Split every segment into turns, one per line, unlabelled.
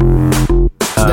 Um,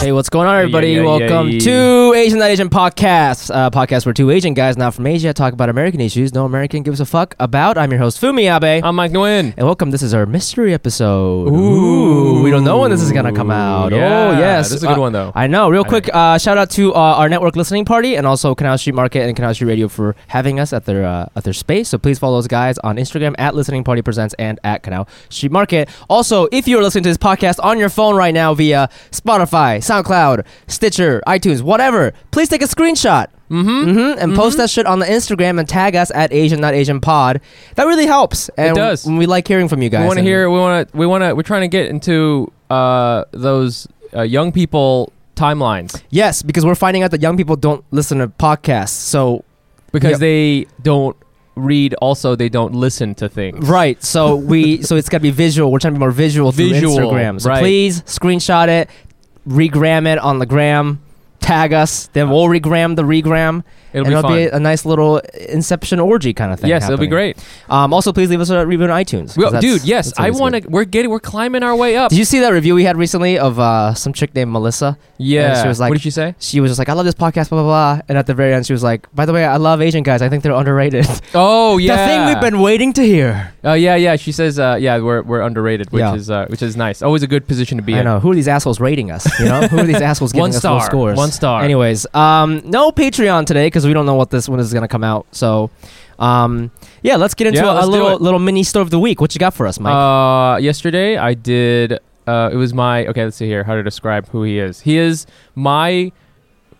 Hey, what's going on, everybody?
yeah, yeah,
Welcome
yeah.
to Asian Not Asian Podcast, uh, podcast where two Asian guys not from Asia talk about American issues no American gives a fuck about. I'm your host Fumi Abe,
I'm Mike Nguyen.
and welcome. This is our mystery episode. we don't know when this is gonna come out.
yeah,
oh yes,
this is a good
Uh,
one, though.
I know. Real quick, uh, shout out to uh, our network listening party and also Canal Street Market and Canal Street Radio for having us at their uh, at their space. So please follow those guys on Instagram at Listening Party Presents and at Canal Street Market. Also, if you are listening to this podcast on your phone right now via Spotify, SoundCloud, Stitcher, iTunes, whatever, please take a screenshot. Mm-hmm. and post that shit on the Instagram and tag us at Asian Not Asian Pod. That really helps. And
does.
We like hearing from you guys.
we want to
and-
hear. We want to. We want to. We're trying to get into uh, those uh, young people timelines
Yes, because we're finding out that young people don't listen to podcasts. So
because
Yep.
they don't read. Also, they don't listen to things.
Right. So we so it's gotta be visual. We're trying to be more visual through
Visual,
Instagram. So
right.
please screenshot it, regram it on the gram, tag us, then we'll regram the regram.
It'll
and
be
it'll
fun.
be a nice little inception orgy kind of thing.
yes, it'll be
happening.
great.
Um, also please leave us a review on iTunes. 'cause
Well,
that's-
dude, yes,
that's
I
always good.
want to. We're getting. We're climbing our way up.
Did you see that review we had recently of uh, some chick named Melissa?
yeah.
she was like-
what did she say?
She was just like, I love this podcast, blah, blah, blah. And at the very end, she was like, by the way, I love Asian guys. I think they're underrated.
Oh yeah.
the thing we've been waiting to hear.
Oh yeah, yeah. She says, uh, yeah, we're, we're underrated, which
Yeah.
is uh, which is nice. Always a good position to be
I
in.
know. Who are these assholes rating us? You know, who are these assholes giving
One
us
star.
low scores?
One star.
Anyways, um, no Patreon today because we don't know what this one is gonna come out. So, um, yeah, let's get into
Yeah,
a- a,
let's do
little
it.
little mini store of the week. What you got for us, Mike?
Uh, yesterday I did. Uh, it was my okay. Let's see here. How to describe who he is? He is my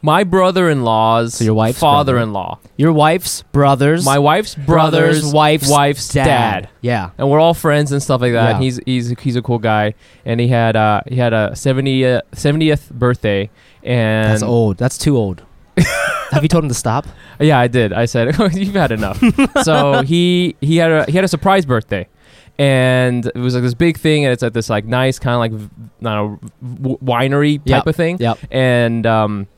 my brother-in-law's
So your wife's brother.
father-in-law.
Your wife's brothers,
My wife's brother's,
wife's
wife's dad.
Yeah.
And we're all friends and stuff like that.
Yeah.
And he's he's he's a cool guy. And he had uh he had a 70, uh, 70th birthday. And
That's old. That's too old. Have you told him to stop?
Yeah, I did. I said, oh, "You've had enough." so he he had a he had a surprise birthday, and it was like this big thing, and it's at this like nice kind of like v- I don't know, w- winery type
Yep,
of thing.
yep.
And um,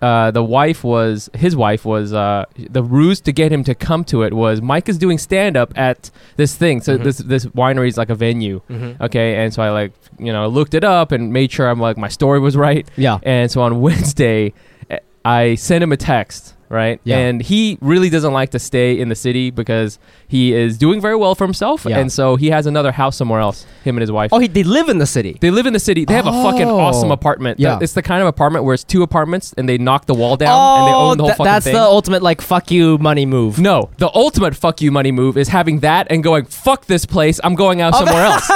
uh, the wife was his wife was uh, the ruse to get him to come to it was Mike is doing stand up at this thing. So
Mm-hmm.
this this winery is like a venue. Okay, and so I like you know looked it up and made sure I'm like my story was right.
Yeah.
And so on Wednesday, eh, I sent him a text, right?
Yeah.
And he really doesn't like to stay in the city because he is doing very well for himself.
Yeah.
And so he has another house somewhere else, him and his wife.
Oh, he, they live in the city.
They live in the city. They have a fucking
Oh.
awesome apartment.
Yeah.
Th- It's the kind of apartment where it's two apartments and they knock the wall down and they own the
Oh,
whole
tha-
fucking
that's
thing.
the ultimate like fuck you money move.
no, the ultimate fuck you money move is having that and going fuck this place. I'm going out somewhere else.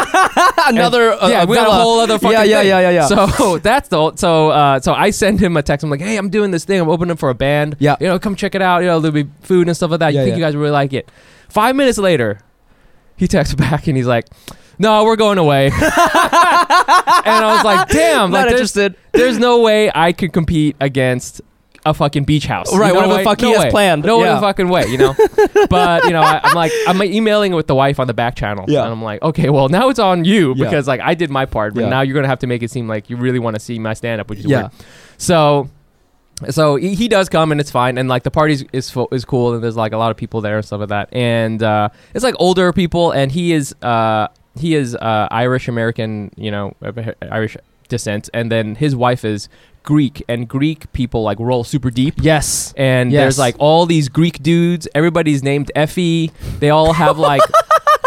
Another Oh, uh,
yeah, we got a
villa.
whole other fucking
yeah, yeah,
thing.
yeah, yeah, yeah.
So that's the so uh, so I send him a text. I'm like, hey, I'm doing this thing. I'm opening for a band.
Yeah.
you know, come check it out. You know, there'll be food and stuff like that.
Yeah,
you think
yeah.
you guys really like it? Five minutes later, he texts back and he's like, no, we're going away. and I was like, damn,
Not
like there's,
interested.
there's no way I could compete against. A fucking beach house,
Right,
No
whatever the
way-
fuck
no
he has
way.
planned.
No
Yeah.
other fucking way, you know. but you know, I, I'm like, I'm emailing it with the wife on the back channel,
Yeah.
and I'm like, okay, well, now it's on you
Yeah.
because like I did my part, but
Yeah.
now you're gonna have to make it seem like you really want to see my stand up, which is
Yeah.
weird. So, so he he does come and it's fine, and like the party is fu- is cool, and there's like a lot of people there and stuff like that, and uh, it's like older people, and he is uh, he is uh, Irish American, you know, Irish descent, and then his wife is Greek, and Greek people like roll super deep
Yes.
and
Yes.
there's like all these Greek dudes. Everybody's named Effie. They all have like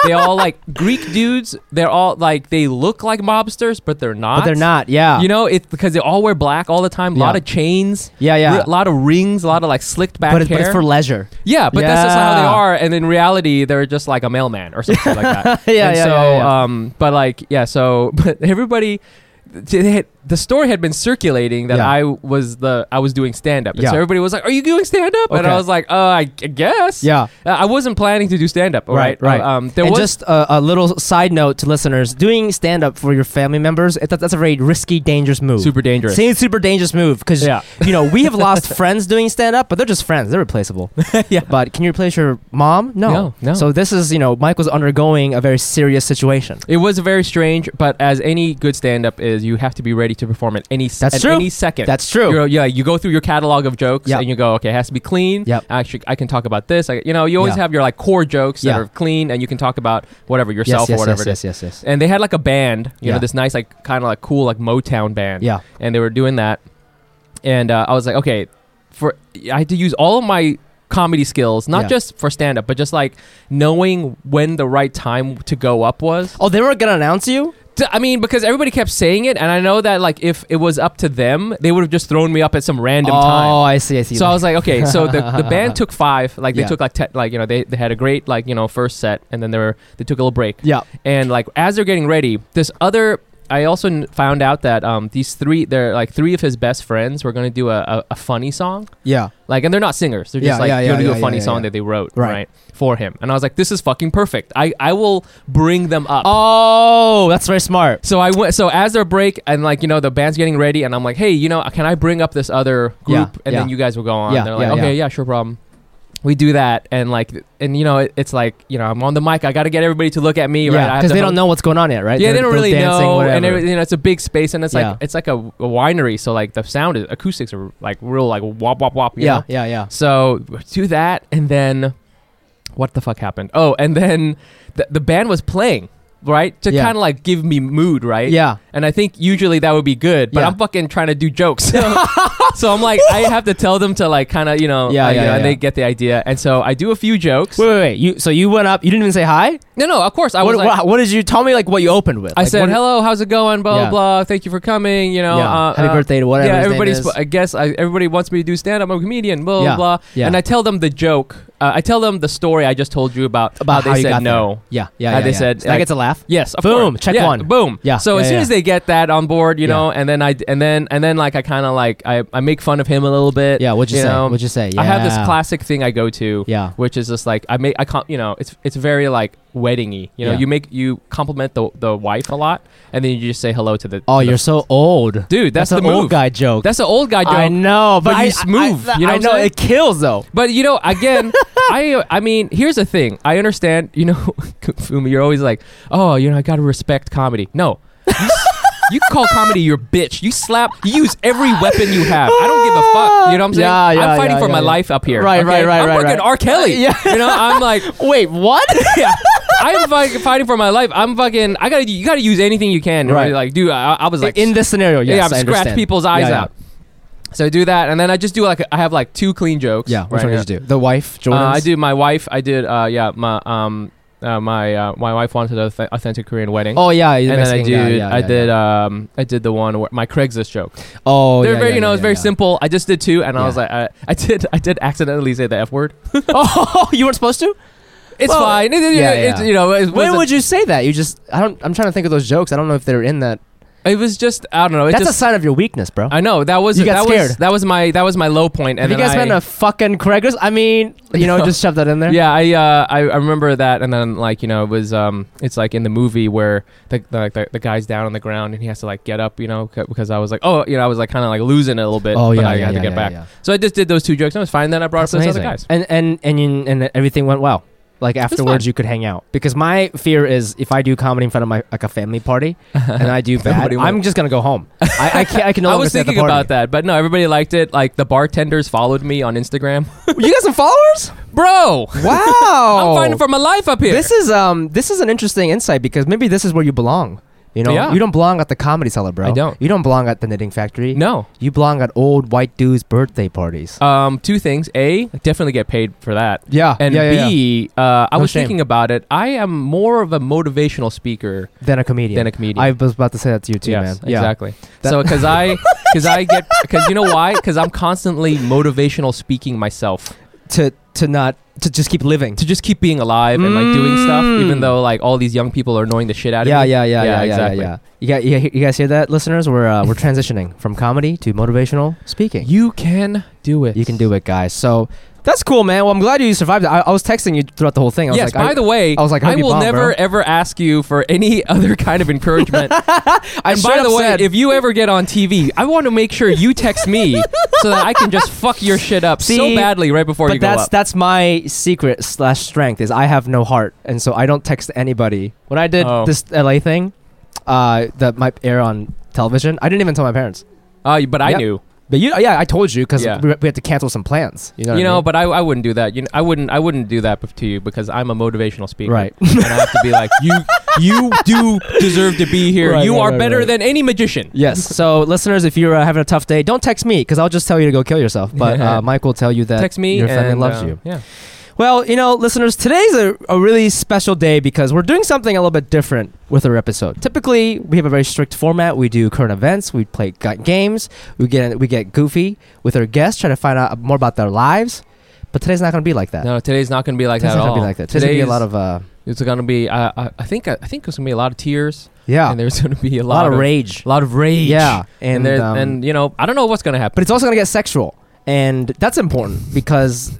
they all like Greek dudes. They're all like they look like mobsters, but they're not.
But they're not. Yeah.
You know, it's because they all wear black all the time. A lot
Yeah.
of chains.
Yeah, yeah.
A lot of rings. A lot of like slicked back
but, it's,
hair.
but it's for leisure.
Yeah, but that's just how they
Yeah.
are. And in reality, they're just like a mailman or something like that.
Yeah,
and
yeah,
So,
yeah, yeah, yeah.
um, but like, yeah, so but everybody, they, the story had been circulating that
Yeah.
I was the I was doing stand up, and so
Yeah.
everybody was like, "Are you doing stand up?" And
Okay.
I was like, "Uh, I g- guess."
Yeah.
Uh, I wasn't planning to do stand up.
Right, right.
um, there
and
was
just a, a little side note to listeners: doing stand up for your family members it, that's a very risky, dangerous move.
super dangerous.
Same super dangerous move because
Yeah.
you know we have lost friends doing stand up, but they're just friends; they're replaceable.
Yeah.
But can you replace your mom? No.
No, no.
So this is you know Mike was undergoing a very serious situation.
It was very strange, but as any good stand up is, you have to be ready to perform at any
That's
at
true.
any second.
That's true.
You're, yeah, you go through your catalog of jokes
Yep.
and you go, okay, it has to be clean.
Yep.
Actually, I can talk about this. I, you know, you always
Yeah.
have your like core jokes
Yeah.
that are clean and you can talk about whatever
yes,
yourself
yes,
or whatever
yes,
it is.
yes, yes, yes.
And they had like a band, you
Yeah.
know, this nice like kind of like cool like Motown band.
Yeah.
And they were doing that, and uh, I was like, okay, for I had to use all of my comedy skills, not
Yeah.
just for stand up, but just like knowing when the right time to go up was.
Oh, they were gonna announce you.
T- I mean, because everybody kept saying it, and I know that like if it was up to them, they would have just thrown me up at some random
oh,
time.
I see, I see.
So I was like, okay. So the, the band took five. Like they
Yeah.
took like te- like you know they, they had a great like you know first set, and then they were they took a little break.
yeah,
And like as they're getting ready, this other I also n- found out that um these three they're like three of his best friends were gonna do a, a, a funny song.
yeah,
Like and they're not singers. They're just
Yeah,
like
yeah, yeah,
gonna do
yeah,
a
yeah,
funny
yeah,
song
yeah.
that they wrote
Right.
right. for him. And I was like, this is fucking perfect. I I will bring them up.
Oh, that's very smart.
So I went. So as their break, and like you know, the band's getting ready, and I'm like, hey, you know, can I bring up this other group,
Yeah,
and
yeah.
then you guys will go on.
Yeah,
They're like,
yeah,
okay, yeah. sure, problem. We do that, and like, and you know, it, it's like, you know, I'm on the mic. I got to get everybody to look at me, right? I
Yeah,
have
because
to
they
hook-
don't know what's going on yet, right? They're-
Yeah, they don't
they're
really
dancing,
know,
whatever.
and everything. You know, it's a big space, and it's
Yeah.
like it's like a, a winery. So like the sound is acoustics are like real, like wop wop wop. You
yeah,
know?
yeah, yeah.
So do that, and then what the fuck happened? Oh, and then the, the band was playing, right? To
Yeah.
kind of like give me mood, right?
Yeah.
And I think usually that would be good, but
Yeah.
I'm fucking trying to do jokes. so I'm like, I have to tell them to like kind of, you know,
Yeah,
uh, you
yeah,
know,
yeah.
and they get the idea. And so I do a few jokes.
Wait, wait, wait. You so you went up. You didn't even say hi.
No, no, of course. I
what,
was like,
what, what did you tell me? Like what you opened with?
I
Like,
said,
what-
hello, how's it going? Blah,
Yeah.
blah, blah. Thank you for coming. You know,
yeah,
uh,
happy
uh,
birthday to whatever.
yeah,
his name
everybody's.
is.
I guess I, everybody wants me to do stand up. I'm a comedian. Blah
Yeah,
blah blah.
yeah.
And I tell them the joke. Uh, I tell them the story I just told you about
about
how
how
they
you
said
got
no.
there. Yeah, yeah,
How
yeah.
uh, they
yeah.
said,
so that
like- uh,
gets a laugh.
Yes, of
Boom,
course.
check
Yeah,
one.
Boom.
Yeah,
So
yeah,
as soon
yeah.
as they get that on board, you
Yeah.
know, and then I and then and then like I kind of like I, I make fun of him a little bit.
Yeah, what'd you, say?
know?
what'd you say?
I have this
Yeah.
classic thing I go to,
Yeah,
which is just like I make I can't you know it's it's very like weddingy. You know,
Yeah.
you make you compliment the the wife a lot, and then you just say hello to the.
Oh,
to the-
you're so old.
dude. That's,
an
the
old
move.
guy joke.
That's an old guy joke.
I know, but,
but
I,
you smooth,
I, I,
you know what
I
I'm
know
saying?
it kills though.
But you know, again, I I mean, here's the thing. I understand. You know, Fumi, you're always like, oh, you know, I gotta respect comedy. No. You s- You call comedy your bitch. You slap. You use every weapon you have. I don't give a fuck. You know what I'm saying?
Yeah, yeah,
I'm fighting
yeah,
for
yeah,
my
yeah.
life up here.
Right,
okay?
right, right,
I'm
right,
fucking
right.
R. Kelly.
Yeah.
You know, I'm like,
Wait, what?
yeah. I'm fucking fighting for my life. I'm fucking. I gotta. You gotta use anything you can.
Right.
Like, dude, I, I was like,
in this scenario, yes,
yeah,
I
I've scratched
understand.
people's eyes
Yeah, yeah.
out. So I do that, and then I just do like I have like two clean jokes.
Yeah, which one
right now.
did you do? The wife, Jordan.
Uh, I did my wife. I did. Uh, yeah, my um, uh, my uh, my wife wanted an auth- authentic Korean wedding.
Oh yeah, you're the
and then I
Mexican
did.
guy. Yeah,
I
yeah,
did.
yeah.
Um, I did the one where my Craigslist joke.
Oh,
They're
yeah,
very,
yeah,
you know,
yeah,
it's very
yeah.
simple. I just did two, and I was
Yeah.
like, I, I did. I did accidentally say the f word.
Oh, you weren't supposed to.
It's
Well,
fine. It- it-
yeah,
it-
yeah.
You know, it
When
wasn't-
would you say that? You just I don't. I'm trying to think of those jokes. I don't know if they're in that.
It was just. I don't know. It
That's a
just.
sign of your weakness, bro.
I know that was
You got
that
scared.
was that was my that was my low point,
Have
and
you
then
guys been
I-
a fucking Craigslist? I mean, you know,
No.
just shove that in there.
Yeah, I, uh, I I remember that, and then like you know it was um it's like in the movie where the the, the, the guy's down on the ground and he has to like get up, you know, c- because I was like oh you know I was like kind of like losing it a little bit.
Oh
but
yeah,
I
yeah,
had
yeah,
to get
yeah,
back.
yeah.
So I just did those two jokes. and It was fine. Then I brought
That's
up those
amazing.
other guys.
And and and you, and everything went well. Like afterwards,
fine.
you could hang out. Because my fear is if I do comedy in front of my like a family party, and I do bad,
Nobody will.
I'm just gonna go home. I, I can't. I can no
I
longer
was
stay at the
thinking about
party.
that, but no, everybody liked it. Like the bartenders followed me on Instagram,
You got some followers?
bro.
Wow.
I'm fighting for my life up here.
Oh. This is um this is an interesting insight because maybe this is where you belong. You know,
Yeah.
you don't belong at the comedy cellar, bro.
I don't.
You don't belong at the knitting factory.
no.
You belong at old white dudes' birthday parties.
Um, two things. A, definitely get paid for that.
yeah.
And
yeah, yeah, yeah.
B, Uh, I
No
was
shame.
thinking about it. I am more of a motivational speaker
Then a comedian.
than a comedian.
I was about to say that to you too,
yes,
man. Yeah.
Exactly.
That-
so because I because I get because you know why? Because I'm constantly motivational speaking myself.
to to not to just keep living.
to just keep being alive and like doing stuff, even though like all these young people are annoying the shit out of
Mm. Yeah,
me.
yeah, yeah, yeah, yeah,
exactly.
yeah, yeah. You, guys, you guys hear that, listeners? We're uh, we're transitioning from comedy to motivational speaking.
You can do it.
You can do it, guys. So that's cool, man. Well, I'm glad you survived. it. I, I was texting you throughout the whole thing. I was
Yes.
like,
by
I,
the way,
I was like, I
I
hope you
will
bomb,
never
bro.
ever ask you for any other kind of encouragement.
I
and
straight
by the
up
way,
said-
if you ever get on TV, I want to make sure you text me so that I can just fuck your shit up so
See,
badly right before you
but
go
that's
up.
that's my secret slash strength is I have no heart, and so I don't text anybody. When I did
Oh.
this LA thing, uh, that might air on television, I didn't even tell my parents.
Uh, but I
Yep.
knew,
But you, yeah, I told you because
Yeah.
we, we had to cancel some plans. You know, what
you
I
know.
mean?
But I, I wouldn't do that. You know, I wouldn't. I wouldn't do that to you because I'm a motivational speaker.
Right.
and I have to be like, you, you do deserve to be here.
Right,
you
right,
are
right,
better
right.
than any magician.
Yes. So, listeners, if you're uh, having a tough day, don't text me because I'll just tell you to go kill yourself. But uh, Mike will tell you that
Text me.
your family
and,
loves
uh,
you.
Yeah.
Well, you know, listeners, today's a, a really special day because we're doing something a little bit different with our episode. Typically, we have a very strict format. We do current events, we play gu- games, we get we get goofy with our guests, try to find out more about their lives. But today's not going to be like that.
No, today's not going to be like
today's
that
not going
at all.
to be like that. Today's, going to be a lot
Today's-
of uh,
It's going to be. Uh, I, I think. I think there's going to be a lot of tears.
yeah,
And there's going to be
a
a
lot,
lot,
of rage.
A lot of rage.
Yeah,
And
and
there,
um,
and you know, I don't know what's going to happen.
but it's also going to get sexual and that's important because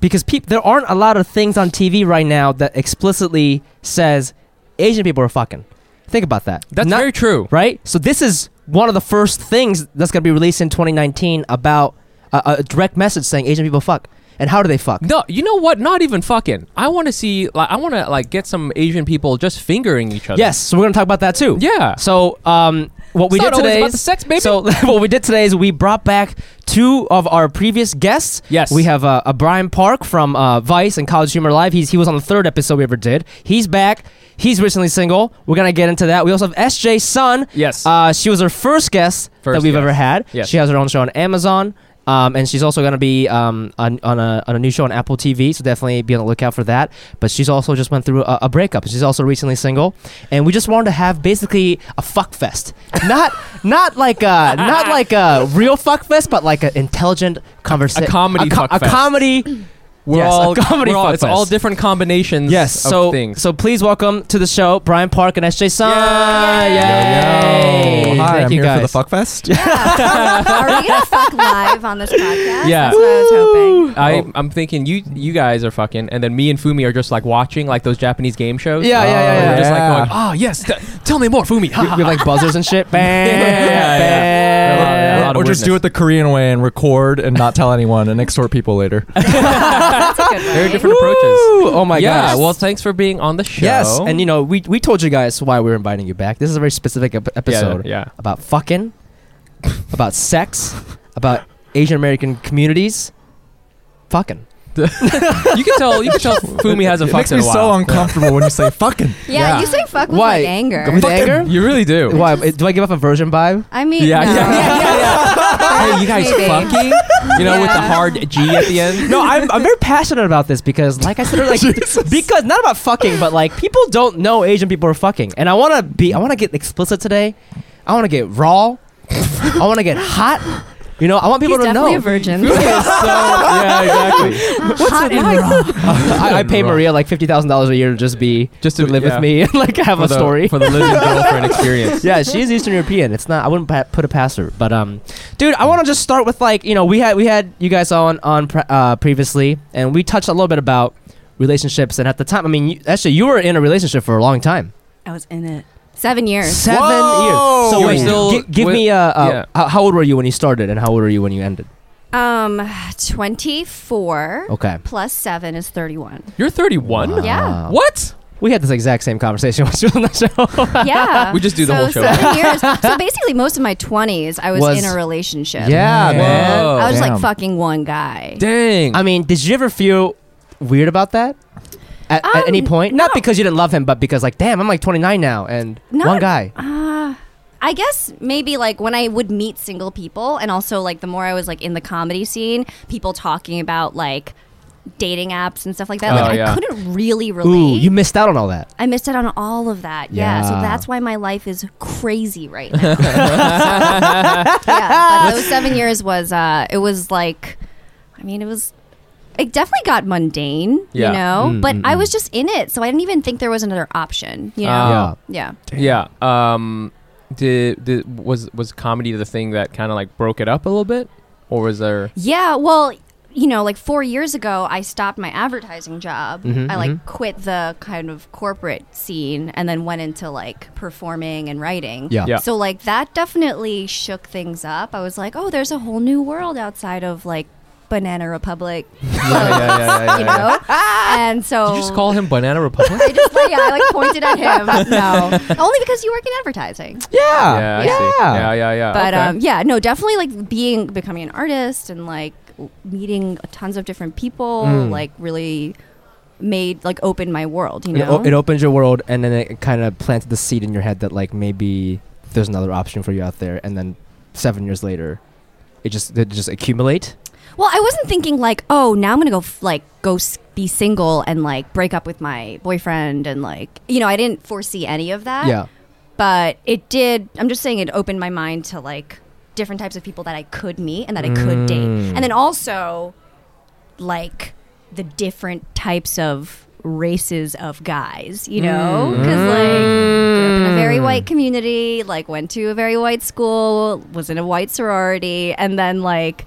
because peop- there aren't a lot of things on tv right now that explicitly says asian people are fucking think about that
That's
Not-
very true.
right so this is one of the first things that's going to be released in 2019 about a, a direct message saying asian people fuck and how do they fuck
No, you know what? Not even fucking. I want to see. Like, I want to like get some Asian people just fingering each other.
yes so we're going to talk about that too
Yeah.
so um what we
It's
did
not always
today
about
is-
the sex, baby.
So what we did today is we brought back two of our previous guests.
Yes.
we have uh, a Brian Park from uh, Vice and College Humor Live. He's he was on the third episode we ever did. He's back. He's recently single. We're gonna get into that. We also have SJ Sun.
Yes.
uh, she was our first guest that
First
we've
guest.
ever had.
Yes.
she has her own show on Amazon. Um, and she's also going to be um, on, on, a, on a new show on Apple TV, so definitely be on the lookout for that. But she's also just went through a, a breakup. She's also recently single, and we just wanted to have basically a fuck fest, not not like a not like a real fuck fest, but like an intelligent conversation,
A comedy fuck
a
fest.
comedy.
we're
yes, a
all
comedy
we're all-
fuck
It's all
fest.
different combinations.
Yes,
of
so
things.
so please welcome to the show Brian Park and SJ Sun.
Yay!
Yay!
Yo, yo.
Hi,
Thank
I'm
you
here
guys.
for the fuck fest.
Are we gonna fuck live on this podcast?
Yeah.
That's what I was
oh.
hoping.
I, I'm thinking you you guys are fucking, and then me and Fumi are just like watching like those Japanese game shows.
Yeah, yeah, yeah,
We're
yeah.
just like
yeah.
going, oh yes, th- tell me more, Fumi. Ha,
we,
ha,
we have like buzzers and shit. Bam,
yeah, yeah.
bam.
Yeah, a lot of
or just do
witness.
it the Korean way and record and not tell anyone and extort people later.
That's a good one.
Very different approaches.
Woo! Oh my
yeah.
gosh.
Well, thanks for being on the show.
yes, and you know we we told you guys why we're inviting you back. This is a very specific ep- episode
Yeah. yeah.
about fucking, about sex, about Asian American communities, fucking.
You can tell. You can tell Fumi hasn't
it
fucked
makes me
in a
so
while.
uncomfortable when you say fucking.
Yeah, you say fuck with
Why?
like anger.
With anger?
you really do.
Why do I give off a version vibe?
I mean,
Yeah,
no.
yeah, yeah, Hey, you guys
Maybe.
fucking? You know, with the
Yeah.
hard G at the end.
No, I'm, I'm very passionate about this because, like I said, like because not about fucking, but like people don't know Asian people are fucking, and I want to be, I want to get explicit today. I want to get raw. I want to get hot. You know, I want people
He's
to
definitely
know.
a virgin.
yeah, exactly.
Hot and raw.
I, I pay Maria like fifty thousand dollars a year to just be
Just
to
to-
live
yeah.
with me and like have
For
a
the,
story.
for the living girlfriend experience.
yeah, she's Eastern European. It's not. I wouldn't pa- put it past her. But um, dude, I want to just start with like you know we had we had you guys on on pre- uh, previously, and we touched a little bit about relationships. And at the time, I mean, you, actually, you were in a relationship for a long time,
I was in it.
Seven years.
seven years. So
You were
wait,
still
gi- give
with-
me uh, uh
yeah.
how, how old were you when you started, and how old were you when you ended?
Um, twenty-four
Okay,
plus seven is thirty-one.
You're 31.
Yeah.
What?
we had this exact same conversation when you were on the show.
Yeah,
We just do the
so
whole show.
Seven years. So basically, most of my twenties, I was,
Was-
in a relationship.
yeah,
Whoa.
man.
Whoa.
I was
Damn.
like fucking one guy.
Dang.
I mean, did you ever feel weird about that? At, at any
Um,
point, not because you didn't love him, but because like, damn, I'm like 29 now, and
Not-
one guy.
Uh, I guess maybe like when I would meet single people, and also like the more I was like in the comedy scene, people talking about like dating apps and stuff like that.
Oh,
like
yeah.
I couldn't really relate.
Ooh, you missed out on all that.
I missed out on all of that. Yeah.
Yeah.
So that's why my life is crazy right now. yeah. But those seven years was, uh, it was like, I mean, it was it definitely got mundane,
Yeah.
you know.
Mm,
but
mm,
I
mm.
was just in it, so I didn't even think there was another option. You know?
Ah.
yeah.
Yeah. Um, did, did was was comedy the thing that kind of like broke it up a little bit, or was there?
Yeah, well, you know, like four years ago, I stopped my advertising job.
Mm-hmm,
I like quit the kind of corporate scene and then went into like performing and writing.
Yeah.
Yeah.
So like that definitely shook things up. I was like, oh, there's a whole new world outside of like Banana Republic,
Yeah, yeah, yeah, yeah,
you
yeah.
know. and so
Did you just call him Banana Republic?
I just yeah, I like pointed at him. No, only because you work in advertising.
Yeah.
I see. yeah, yeah,
Oh,
yeah.
But
okay.
um, yeah, no, definitely like being becoming an artist and like l- meeting tons of different people,
Mm.
like really made like opened my world. You
It, o-
know,
it opens your world, and then it kind of planted the seed in your head that like maybe there's another option for you out there. And then seven years later, it just it just accumulate.
well, I wasn't thinking like, oh, now I'm gonna go f- like go s- be single and like break up with my boyfriend and like you know, I didn't foresee any of that.
yeah,
but it did. I'm just saying it opened my mind to like different types of people that I could meet and that I could date, and then also like the different types of races of guys, you know, because like grew up in a very white community, like went to a very white school, was in a white sorority, and then like.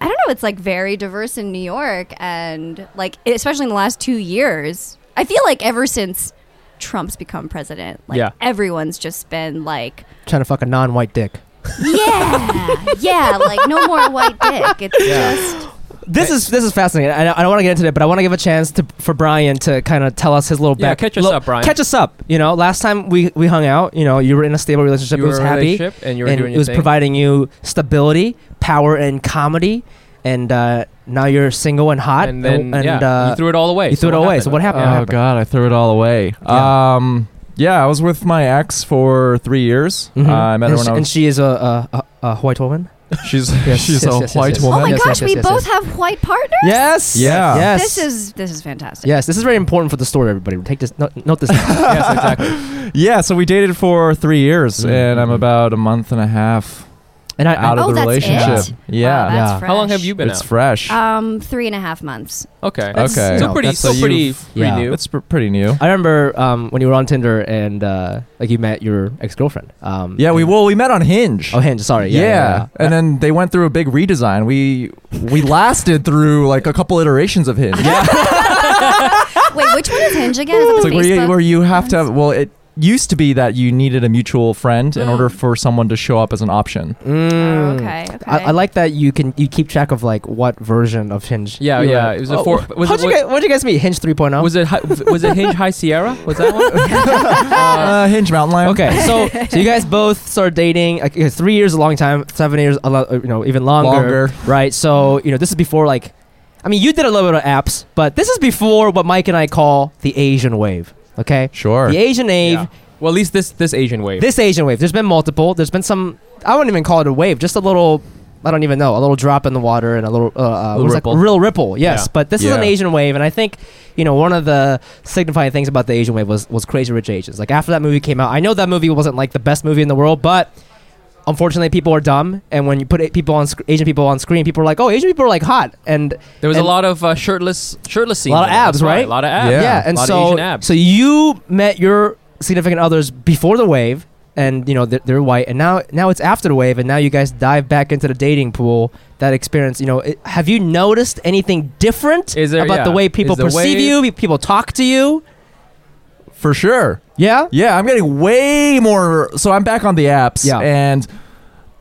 I don't know. It's like very diverse in New York, and like especially in the last two years, I feel like ever since Trump's become president, like
Yeah.
everyone's just been like,
trying to fuck a non-white dick.
yeah, yeah, like no more white dick. It's just
This is this is fascinating. I, I don't want to get into it, but I want to give a chance to for Brian to kind of tell us his little
Yeah,
back.
catch us
lo-
up, Brian.
Catch us up. You know, last time we we hung out, you know, you were in a stable relationship.
you
it
were
was
in a
happy,
relationship and you were
and
doing
it was
your thing.
providing you stability, power, and comedy. And uh, now you're single and hot.
and then
and,
yeah,
uh,
you threw it all away.
you threw it
what
away.
happened?
So what happened?
Oh god, I threw it all away.
Yeah.
Um yeah, I was with my ex for three years.
Mhm.
Uh, I met
and
her when
she,
I
and
was.
she is a, a, a, a white woman.
Oh,
she's
yes,
she's
yes,
a
yes, yes,
white
yes.
oh my
woman.
Yes,
gosh,
yes,
we
yes,
both
yes.
have white partners.
Yes.
Yeah.
Yes.
This is this is fantastic.
yes. This is very important for the story. Everybody, take this. Note, note this. down.
yes, exactly.
Yeah, so we dated for three years,
Mhm.
and I'm about a month and a half
And I,
out
I
Oh,
of the
that's
relationship.
it?
Yeah,
Wow, that's
Yeah.
fresh.
How long have you been
it's
out?
fresh.
Um, three and a half months.
okay.
That's- Okay.
So
no,
pretty,
that's-
so
so
pretty,
you've-
pretty
yeah.
new.
it's pr- pretty new.
I remember um, when you were on Tinder and uh, like you met your ex girlfriend. Um,
Yeah, we
and-
well we met on Hinge.
Oh, Hinge. Sorry. Yeah.
yeah,
yeah, yeah.
and then they went through a big redesign. We we lasted through like a couple iterations of Hinge. Yeah,
Wait, which one is Hinge again? Is that
it's
the
like where
Facebook?
you, where you have to have. Well, it used to be that you needed a mutual friend in order for someone to show up as an option.
Oh,
Mm.
okay, okay.
I, I like that you can you keep track of like what version of Hinge.
Yeah,
you were
yeah,
at.
it was a four- was
oh, how'd
it
you
what-
guys, what'd you guys meet? Hinge oh? 3.0.
was it hi- was it Hinge High Sierra? Was that one?
Uh, Hinge Mountain Lion.
okay, so so you guys both started dating. Like, uh, three years, is a long time. Seven years, a lot. uh, You know, even longer.
Longer.
Right. So you know, this is before like, I mean, you did a little bit of apps, but this is before what Mike and I call the Asian wave. Okay.
Sure.
The Asian wave.
Yeah. Well, at least this this Asian wave.
This Asian wave. There's been multiple. There's been some. I wouldn't even call it a wave. Just a little. I don't even know. A little drop in the water and a little. Uh, uh,
Little
what was that?
ripple.
Real ripple. Yes.
Yeah.
But this is an
Yeah.
Asian wave, and I think you know one of the signifying things about the Asian wave was was Crazy Rich Asians. Like after that movie came out, I know that movie wasn't like the best movie in the world, but. Unfortunately, people are dumb, and when you put people on sc- Asian people on screen, people are like, "Oh, Asian people are like hot," and
there was a
and-
lot of uh, shirtless shirtless scenes.
lot of
in it. That's
abs, right?
A lot of abs.
Yeah.
yeah, and
a lot
so
of Asian abs.
so you met your significant others before the wave and you know they're, they're white and now now it's after the wave and now you guys dive back into the dating pool that experience you know it, have you noticed anything different
Is there-
about the
yeah.
way people
Is the
perceive
wave-
you pe- people talk to you
for sure.
yeah
Yeah, I'm getting way more. So I'm back on the apps.
Yeah.
And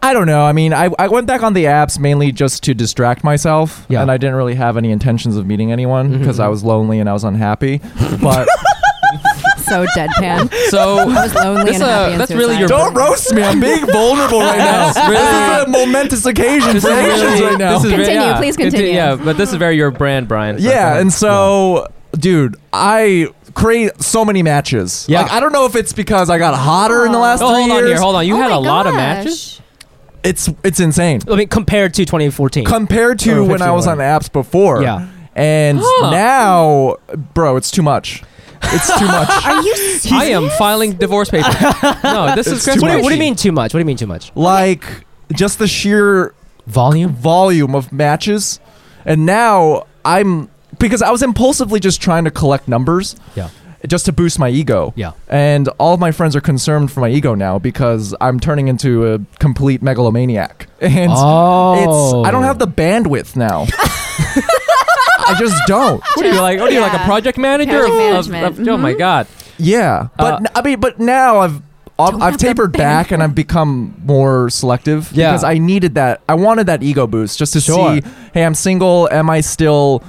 I don't know. I mean, I, I went back on the apps mainly just to distract myself.
Yeah.
And I didn't really have any intentions of meeting anyone
Mm-hmm,
because I was lonely and I was unhappy. But
so deadpan. I
so
was lonely
That's
and
a-
happy and
that's really your
suicidal.
don't roast me. I'm being vulnerable right now.
That's really-
this is a momentous occasion
this
for
is
Asians
really
right now.
This is
Continue,
very, yeah,
please
Conti-
continue.
yeah, but this is very your brand, Brian. So go
yeah.
ahead.
And so, dude, I create so many matches.
Yeah.
Like, I don't know if it's because I got hotter in the last
Oh,
three
hold on
years.
here. Hold on. You
Oh
had a
my
lot of
gosh.
matches.
It's, it's insane.
i mean compared to 2014
compared
Or
to when I was on
51.
apps before.
Yeah.
And
Huh.
now, bro, it's too much. It's too much.
Are you? Serious?
I am filing divorce papers. no, this is
It's too
crazy.
what, do,
much.
you- what do you mean too much what do you mean too much
like just the sheer
volume
volume of matches. And now I'm because I was impulsively just trying to collect numbers
Yeah.
just to boost my ego.
Yeah.
And all of my friends are concerned for my ego now because I'm turning into a complete megalomaniac. And
Oh.
it's I don't have the bandwidth now. I just don't.
What are you like? What are you like a
Yeah.
project manager?
Project
of- of-
management. Mm-hmm.
of- Oh my god!
Yeah,
Uh,
but n I I mean, but now I've I've, I've
have the
tapered back and I've become more selective
Yeah.
because I needed that. I wanted that ego boost just to
Sure.
see, hey, I'm single. Am I still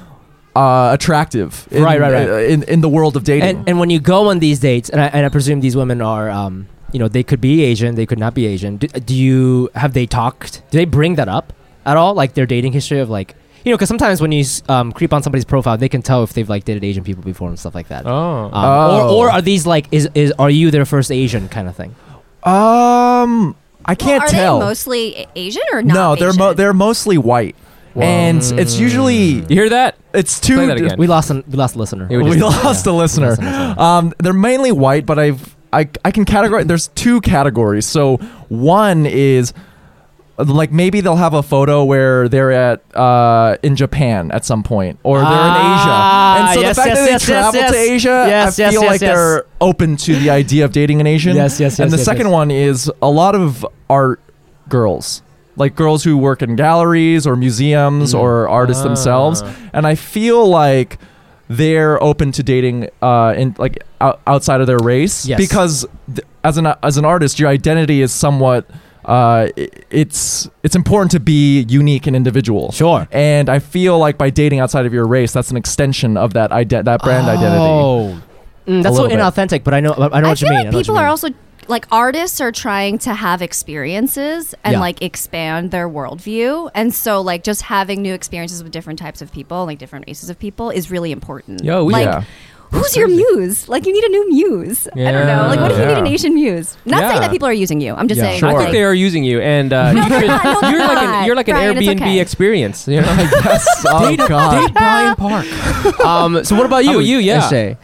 uh, attractive? In,
Right, right, right.
uh, in in the world of dating.
And, and when you go on these dates, and I, and I presume these women are, um, you know, they could be Asian, they could not be Asian. Do, do you have they talked? Do they bring that up at all? Like their dating history of like, you know, because sometimes when you s- um, creep on somebody's profile, they can tell if they've like dated Asian people before and stuff like that.
Oh,
Um,
Oh.
Or, or are these like is, is are you their first Asian kind of thing?
um, I can't
are
tell.
they mostly A- Asian or not?
no, they're mo- they're mostly white, and it's usually
you hear that?
it's two.
Play that again.
We lost an, we lost a listener.
Yeah, we
We
just-
lost a listener. Um, they're mainly white, but I've I, I can categorize. There's two categories. So one is uh, like maybe they'll have a photo where they're at uh, in Japan at some point, or they're
Ah,
in Asia. And so
yes,
the fact
yes,
that they
yes, yes,
travel to
yes.
Asia,
Yes,
I
yes,
feel
yes,
like
yes.
they're open to the idea of dating an Asian.
Yes, yes, yes,
And the
yes,
second
yes.
one is a lot of art girls. Like girls who work in galleries or museums
Mm.
or artists
Ah.
Ah.
themselves, and I feel like they're open to dating uh, in like ou- outside of their race
Yes.
because th- as an as an artist, your identity is somewhat uh, i- it's it's important to be unique and individual.
Sure.
And I feel like by dating outside of your race, that's an extension of that ide- that brand identity.
Oh, Mm, that's
A
so
little bit.
inauthentic. But I know I I know
I
what
feel
you mean. I
like
know what you
people are
mean.
also like artists are trying to have experiences and
Yeah.
like expand their worldview, and so like just having new experiences with different types of people, like different races of people, is really important.
Yo, we-
like.
yeah.
Who's your muse? Like you need a new muse. I don't know. Like what if you need
Yeah.
an Asian muse? Not
Yeah.
saying that people are using you. I'm just
Yeah,
saying.
sure.
I
like-
think they are using you, and uh,
No,
you
they're
should-
not. No,
you're
they're
like an
not.
you're like an
Brian, it's
Airbnb
okay.
experience. You know?
yes. Oh God.
Brian Park.
Um, so what about you?
How about you? Yeah.
SJ?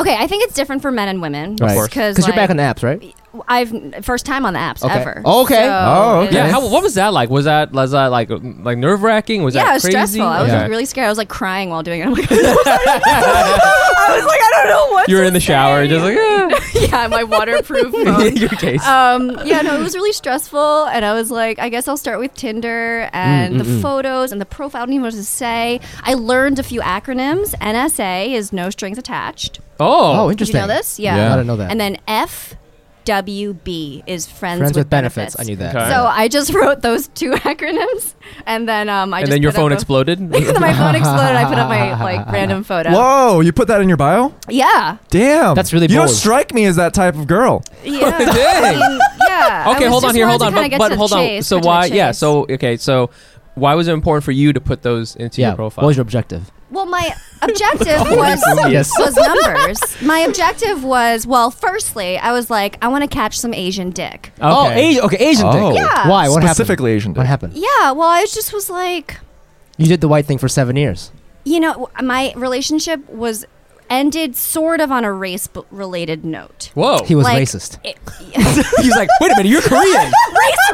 Okay, I think it's different for men and women.
Right. Of
course.
Because
you're back on the
the
apps, right?
I've first time on the apps
Okay.
ever.
Okay.
So
Oh, okay.
Yeah.
it's-
How, what was that like? Was that was that like like nerve wracking? Was
yeah,
that
it was
crazy?
stressful. I was
Okay.
like, really scared. I was like crying while doing it. I'm like, I was like, I don't know what.
you were
to
in the
say.
shower, just like ah.
yeah, my waterproof phone.
your case.
Um, yeah, no, it was really stressful, and I was like, I guess I'll start with Tinder
Mm,
and the photos and the profile. I don't even know what to say. I learned a few acronyms. NSA is no strings attached.
oh,
Oh,
Did you
interesting.
know this? Yeah,
I didn't know that.
And then FWB is friends,
friends with benefits. I knew that.
Okay.
So I just wrote those two acronyms, and then um, I
and
just
then your
put up
phone
a-
exploded.
and then my phone exploded. I put up my like random photo.
Whoa! You put that in your bio?
Yeah,
Damn.
That's really
You don't
bold.
strike me as that type of girl.
yeah, I
Dang.
mean, yeah. I
okay,
was
hold
just
on here,
wanted
hold
to
on,
kinda
but,
get
but
to the
hold on.
chase,
So
cut to the
why? Yeah.
chase.
So okay. So why was it important for you to put those into
yeah.
your profile?
What was your objective?
Well, my objective was
Yes.
was numbers. My objective was well. Firstly, I was like, I want to catch some Asian dick.
Oh, Asian. Okay, Asian
Oh.
dick.
Yeah.
Why? What
Specifically Asian
happened? What
dick.
happened?
Yeah. Well, I just was like,
You did the white thing for seven years.
you know, my relationship was ended sort of on a race b- related note.
Whoa.
He was
Like-
racist.
It-
He's like, wait a minute, you're Korean.
race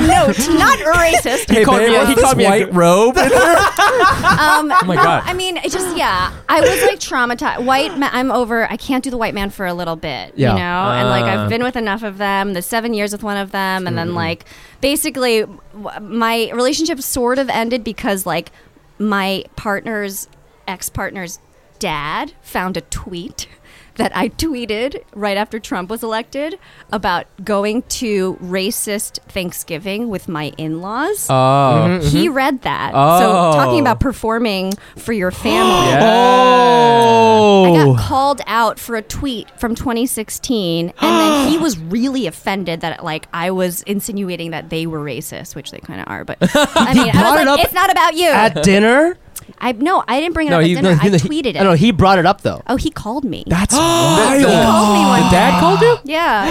note, not racist.
Hey,
called
babe,
me a-
what's
he
this
called me a
white robe.
Um,
Oh my
no,
God.
I mean, it just yeah. I was like traumatized. White, ma- I'm over. I can't do the white man for a little bit,
Yeah.
you know. and like
Ah.
I've been with enough of them. The seven years with one of them, and then
Mm-hmm.
like basically, w- my relationship sort of ended because like my partner's ex partner's dad found a tweet. That I tweeted right after Trump was elected about going to racist Thanksgiving with my in laws.
Mm-hmm.
Oh.
He read that.
Oh.
So talking about performing for your family. I got
Oh.
called out for a tweet from 2016 and then he was really offended that like I was insinuating that they were racist, which they kind of are, but I mean, I
brought
was
it up
like, it's not about you.
At dinner?
I no, I didn't bring it
No,
up at
he-
dinner. I
he-
tweeted it.
No, he brought it up though.
oh, he called me.
That's
The,
wild.
the dad called you?
yeah.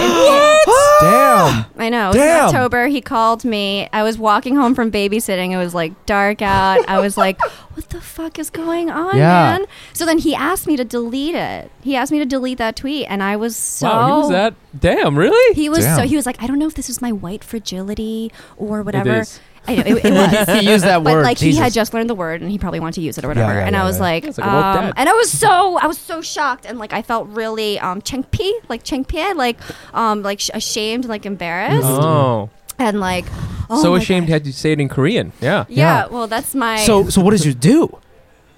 Damn.
I know. It was in
Damn.
October. He called me. I was walking home from babysitting. It was like dark out. I was like, what the fuck is going on,
Yeah.
man? So then he asked me to delete it. He asked me to delete that tweet. And I was so.
Wow, he was that. Damn, really?
Oh. He was so.
Damn.
He was like, I don't know if this is my white fragility or whatever.
is.
I know it, it was.
he used that
But
word.
like he
Jesus.
had just learned the word and he probably wanted to use it or whatever.
yeah,
and
yeah,
I was
yeah.
like,
It's like, well,
um,
Dad.
and I was so I was so shocked and like I felt really um Cheng Pi, like Cheng Pi, like um like sh- ashamed, and, like embarrassed,
Oh,
and like oh
so
my
ashamed
God.
had to say it in Korean. Yeah.
Yeah,
Yeah.
well, that's my.
so so what did you do?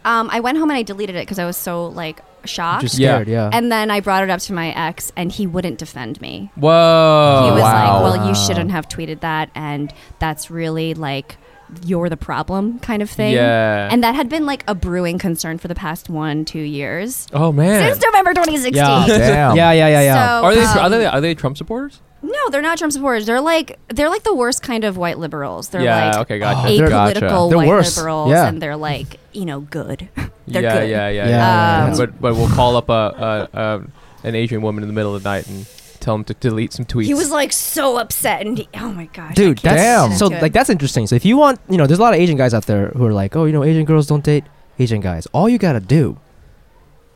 um, I went home and I deleted it because I was so like shocked.
Just
Yeah.
scared, yeah.
and then I brought it up to my ex, and he wouldn't defend me.
Whoa.
he was
wow.
like, "Well, you shouldn't have tweeted that, and that's really like you're the problem kind of thing."
Yeah.
and that had been like a brewing concern for the past one two years
oh man.
since November 2016.
Yeah.
Damn.
yeah, yeah, yeah, yeah.
So,
Are they,
um,
are they are they Trump supporters?
No, they're not Trump supporters. They're like they're like the worst kind of white liberals. They're
yeah.
like oh,
okay. Oh, Gotcha.
They're-
apolitical
They're
white
worse.
liberals,
Yeah.
and they're like you know good. they're
yeah,
good. Um,
yeah. Yeah.
Yeah,
yeah, yeah.
But but we'll call up a, a, a an Asian woman in the middle of the night and tell him to delete some tweets.
He was like so upset, and he, oh my gosh, I
Dude,
can't
that's
Damn.
get
so
into it.
like that's interesting. So if you want, you know, there's a lot of Asian guys out there who are like, oh, you know, Asian girls don't date Asian guys. All you gotta do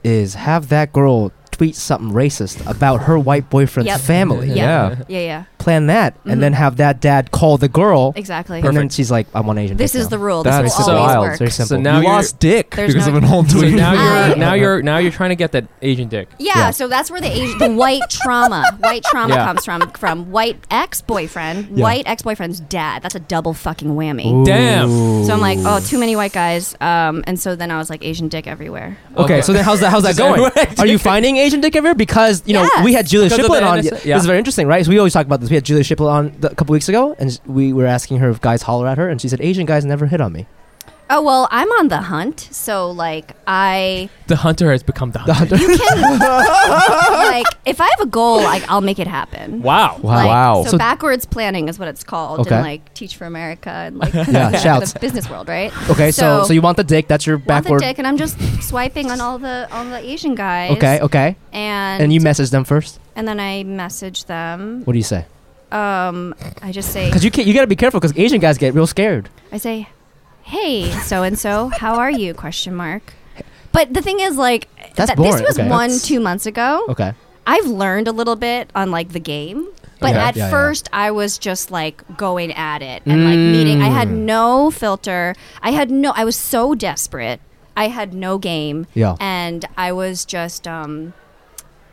is have that girl tweet something racist about her white boyfriend's
Yep.
family.
yeah, yeah, yeah,
Plan that,
Mhm.
and then have that dad call the girl,
exactly.
and then she's like, I'm on Asian.
This
date
is
now.
the rule. This
That
will
is so
always
wild.
work.
It's very simple.
So now
you
you're-
lost dick
There's
because
no-
of an old
So
tweet.
now
I-
you're now you're now you're trying to get that Asian dick.
Yeah,
Yeah.
so that's where the Asian, the white trauma, white trauma
Yeah.
comes from from white ex boyfriend,
Yeah.
white ex boyfriend's dad. That's a double fucking whammy.
Damn.
So I'm like, oh, too many white guys. Um, and so then I was like Asian dick everywhere.
Okay, so then how's that? How's that
Just
going?
everywhere.
Are you finding Asian dick everywhere? Because you know
Yes.
we had Julia
Because of
Shiplett
the
on.
NSA
This is
yeah.
very interesting, right? So we always talk about this. We had Julia Shiplett on the, a couple weeks ago, and we were asking her if guys holler at her, and she said Asian guys never hit on me.
Oh well, I'm on the hunt, so like I
the hunter has become the
The
hunter.
hunter.
like if I have a goal, like I'll make it happen.
Wow.
Like,
Wow.
So,
So-
backwards planning is what it's called
Okay.
in like Teach for America and like
Yeah, shouts.
the business world, right?
Okay, so, so
So-
you want the dick? That's your
Want
backward.
the dick, and I'm just swiping on all the on the Asian guys.
Okay, okay.
And
And you message them first.
and then I message them.
What do you say?
Um, I just say
Because you can, you gotta be careful because Asian guys get real scared.
I say, "Hey, so and so, how are you?" question mark. But the thing is, like,
That's
that-
boring.
this was
Okay.
one
That's-
two months ago.
Okay.
I've learned a little bit on like the game, but
Okay.
at
Yeah, yeah.
first I was just like going at it and like meeting. I had
Mm.
no filter. I had no. I was so desperate. I had no game.
Yeah.
and I was just um,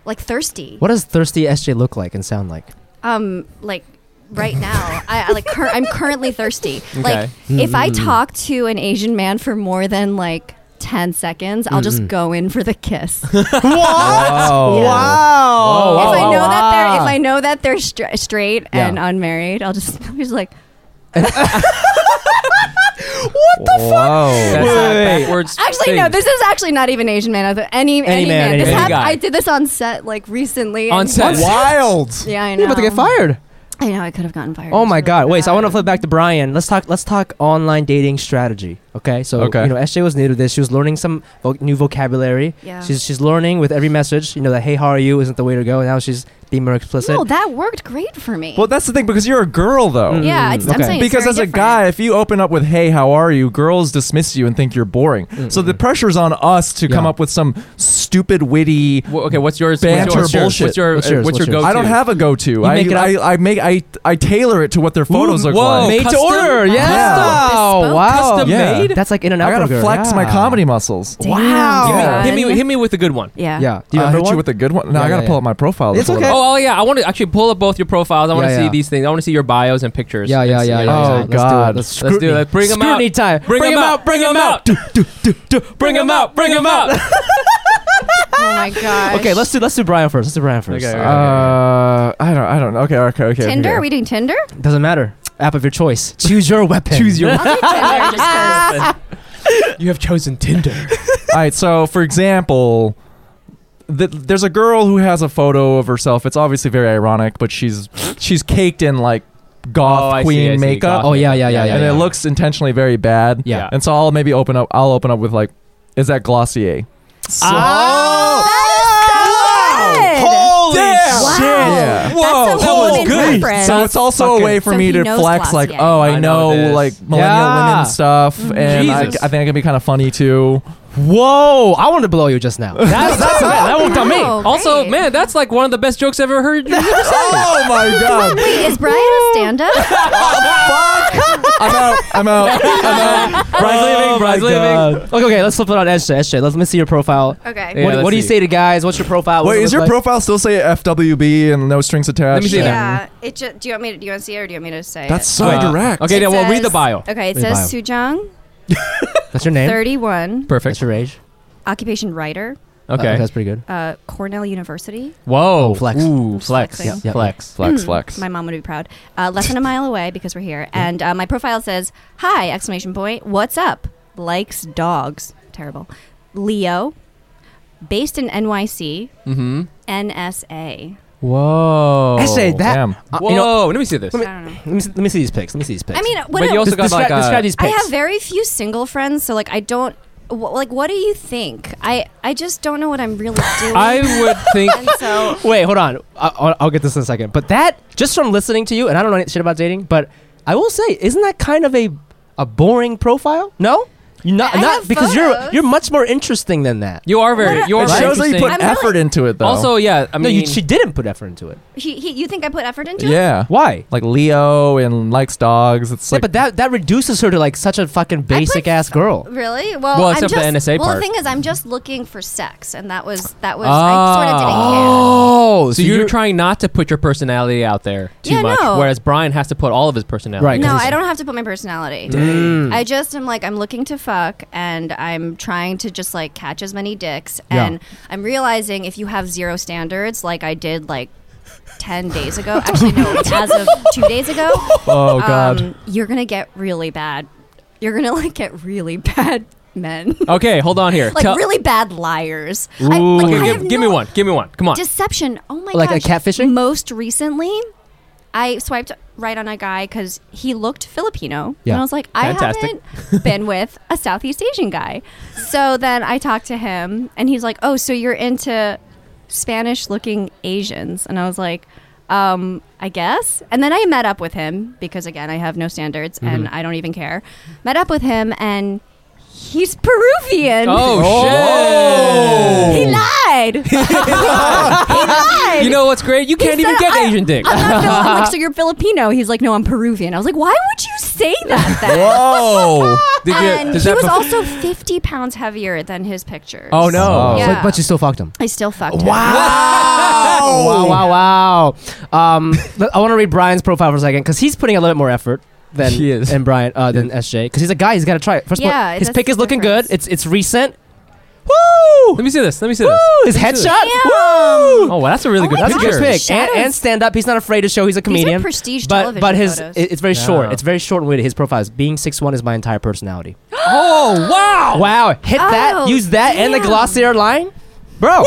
like thirsty.
What does thirsty SJ look like and sound like?
um like right now i, I like cur- i'm currently thirsty like
Okay.
if i
Mm.
talk to an asian man for more than like 10 seconds i'll
Mm-hmm.
just go in for the kiss if
Oh.
Oh, Wow.
i know that they're if i know that they're stra- straight and
Yeah.
unmarried i'll just I'm just like
That's
Whoa.
not
Wait.
backwards.
actually no
thing.
this is actually not even asian man I- any any,
Any man,
man,
any
this
man.
hap-
Any guy.
i did this on set like recently
On
and-
set.
Wild.
yeah i know
You're about to get fired.
i know i could have gotten fired
Oh
It's
my
really
god! Wait, so I want to
bad.
flip back to Brian. Let's talk. Let's talk online dating strategy. Okay, so
Okay.
you know SJ was new to this. She was learning some vo- new vocabulary.
Yeah.
She's she's learning with every message. You know that "Hey, how are you?" isn't the way to go. Now she's being more explicit.
no that worked great for me
Well, that's the thing because you're a girl though.
Mm.
yeah it's, i'm
Okay.
saying it's
because
very
as a
different.
guy, if you open up with "Hey, how are you?" girls dismiss you and think you're boring. So the pressure's on us to come
Yeah.
up with some stupid, witty.
Wh- okay, what's yours?
Banter
what's your,
bullshit.
What's your
What's
what's your,
yours?
what's your
What's
go?
yours?
I don't have a go-to. I,
make it up?
I I make I I tailor it to what their photos look
whoa.
like.
made to
Custom-
order. Yes.
Yeah.
Wow.
Bespoke.
Wow.
Custom
Yeah. made?
That's like in and out.
I gotta flex my comedy muscles.
Damn,
Wow.
Hit me,
son.
hit me with a good one.
Yeah.
Yeah. Do you
Uh,
remember
hit
one?
you with a good one. No,
Yeah,
I gotta
yeah,
pull
yeah.
up my profile. to
It's
pull it
okay.
up.
Oh, oh yeah, I want to actually pull up both your profiles. I want to
Yeah,
see
yeah.
these things. I want to see your bios and pictures.
Yeah. Yeah.
and see
Yeah.
it.
yeah, yeah.
Oh,
Let's do it.
God.
Let's
Let's
scrutiny.
do it. Bring 'em out.
Scrutiny time.
Bring 'em
'em
out.
Bring 'em
Bring 'em
out.
out. Bring them out. Bring them out.
Oh my gosh.
Okay. Let's do. Let's do Brian first. Let's do Brian first.
Okay, okay.
Uh, I don't. I don't. know. Okay. Okay. Okay.
Tinder?
Okay.
Are we doing Tinder?
Doesn't matter. App of your choice. Choose your weapon. Choose your.
I'll do Tinder just 'cause.
You have chosen Tinder.
All right. So, for example, th- there's a girl who has a photo of herself. It's obviously very ironic, but she's she's caked in like
Oh,
goth
I see,
queen
I see.
makeup,
Goth
Oh yeah. Yeah. Yeah.
Yeah,
Yeah.
and
yeah.
it looks intentionally very bad.
Yeah.
And so I'll maybe open up. I'll open up with like, is that Glossier? So-
That
Holy
Wow.
shit! Yeah.
Whoa, That's a that was woman good. reference.
So it's also a
Fucking-
way for
So
me
he
to
knows
flex, like,
Glossier. Mm-hmm.
oh, I,
I know
know,
this.
like millennial
Yeah.
women stuff, and I, I
Jesus.
think I can be kind of funny too.
Whoa! I want to blow you just now. That's, that's that worked on me.
Wow.
Also,
Oh, Great.
man, that's like one of the best jokes I've ever heard.
oh my god!
Wait, is Brian a stand up?
Fuck I'm out. I'm out. I'm out.
Bride's leaving.
Oh
Bride's leaving.
Okay, okay, let's flip it on SJ. SJ, let's, let's see your profile.
Okay.
Yeah,
what
let's
what do you
see.
say to guys? What's your profile? What
Wait,
does
is
it
your
look like?
profile still say FWB and no strings attached?
Let me see
yeah.
that.
It ju- do you want me to do you want to see it or do you want me to say
That's
it?
so
Uh,
direct.
Okay,
It
now well, read the
says-
bio.
Okay, it
Read the
says Sujong,
That's your name?
31,
That's
Perfect.
your age?
occupation writer,
Okay.
Uh, that's pretty good.
uh, Cornell University.
Whoa.
flex.
Ooh, flex.
Flexing.
Yep.
Flex.
Flex, flex.
My mom would be proud. Uh, less than a mile away because we're here. And uh, my profile says, "Hi!" Exclamation point. What's up? Likes dogs. Terrible. Leo, based in NYC,
Mm-hmm.
NSA.
Whoa.
SJ, that.
Damn.
uh,
Whoa.
you know,
let me see this.
I don't know.
let, me, see- let me see these pics. Let me see these pics.
I mean, what
but you
do-
also got
describe,
like uh, a.
describe these
I
pics.
have very few single friends, so like I don't. Wh- like, what do you think? I I just don't know what I'm really doing.
I would think.
and so
Wait, hold on. I- I'll, I'll get this in a second. But that, just from listening to you, and I don't know any shit about dating, but I will say, isn't that kind of a a boring profile? No, you're not.
I- I
not
have
because you're
photos.
you're much more interesting than that.
You are very.
What a-
You are
It
very
shows that you put
interesting.
I'm really-
effort into it, though.
Also, yeah. I
no,
mean,
you, she didn't put effort into it.
he, he, you think I put effort into it?
yeah.
Why?
Like Leo and likes dogs. It's
Yeah,
like
but that that reduces her to like such a fucking basic ass girl.
Really? Well,
Well,
I'm
except the
just,
NSA
well,
part.
the thing is, I'm just looking for sex, and that was that was I sort of didn't care.
Ah. Oh, so,
so
you're,
you're-
trying not to put your personality out there too
Yeah,
much,
no.
whereas Brian has to put all of his personality.
Right.
No,
Because-
I don't have to put my personality. I just am like I'm looking to fuck, and I'm trying to just like catch as many dicks,
Yeah.
and I'm realizing if you have zero standards, like I did, like. 10 days ago actually no as of two days ago
oh god.
um, you're gonna get really bad you're gonna like get really bad men
Okay, hold on here.
like
Tell-
really bad liars I, like,
Okay,
I
give,
have
give me
no
one. Give me one. Come on.
Deception. Oh my
Like a
gosh.
catfishing?
Most recently, I swiped right on a guy because he looked Filipino.
Yeah.
And I was like,
Fantastic.
I haven't been with a Southeast Asian guy. So then I talked to him and he's like, Oh, so you're into Spanish looking Asians. And I was like, um, I guess. And then I met up with him because again, I have no standards and
Mm-hmm.
I don't even care. Met up with him and he's Peruvian.
oh,
Oh.
He
shit!
lied. he lied.
You know what's great? You can't
He
even
said,
get
"I-
Asian dick.
I'm not Fili- I'm like, so you're Filipino. He's like, no, I'm Peruvian. I was like, why would you say that then?
Whoa.
Did you-
and
does
he
that
was
perf-
also 50 pounds heavier than his pictures.
Oh no!
Oh.
Yeah.
But, but you still fucked him.
I still fucked him.
Wow! wow! Wow! Wow! Um, let- I want to read Brian's profile for a second because he's putting a little bit more effort than
He is.
and Brian uh, than SJ because he's a guy. He's got to try it. First of all,
Yeah,
his
that's
pick is
the
looking
difference.
good. It's it's recent. Woo!
Let me see this. Let me see
Woo!
this.
His
Let me see
headshot.
this.
Woo!
Oh, wow, that's a really good
That's a
picture.
good pick. And,
Shadows.
and stand up. He's not afraid to show he's a
These
comedian.
are prestige
but
television
but his
photos.
it- it's very short.
Yeah.
It's very short and weighted. His profile is being six one is my entire personality.
Oh wow!
Wow! Hit
Oh,
that. Use that and the
damn.
glossier line, bro.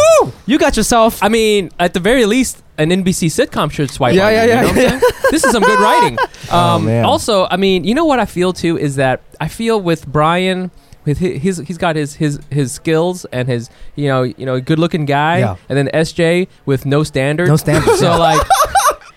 You got yourself.
I mean, at the very least, an NBC sitcom should swipe.
Yeah,
on you,
yeah,
you
yeah.
know what I'm saying? this is some good writing.
Oh,
Um,
man.
Also, I mean, you know what I feel too is that I feel with Brian, with hi- his, he's got his his his skills and his you know you know good looking guy,
Yeah.
and then SJ with no standards.
No standards,
so
yeah.
like.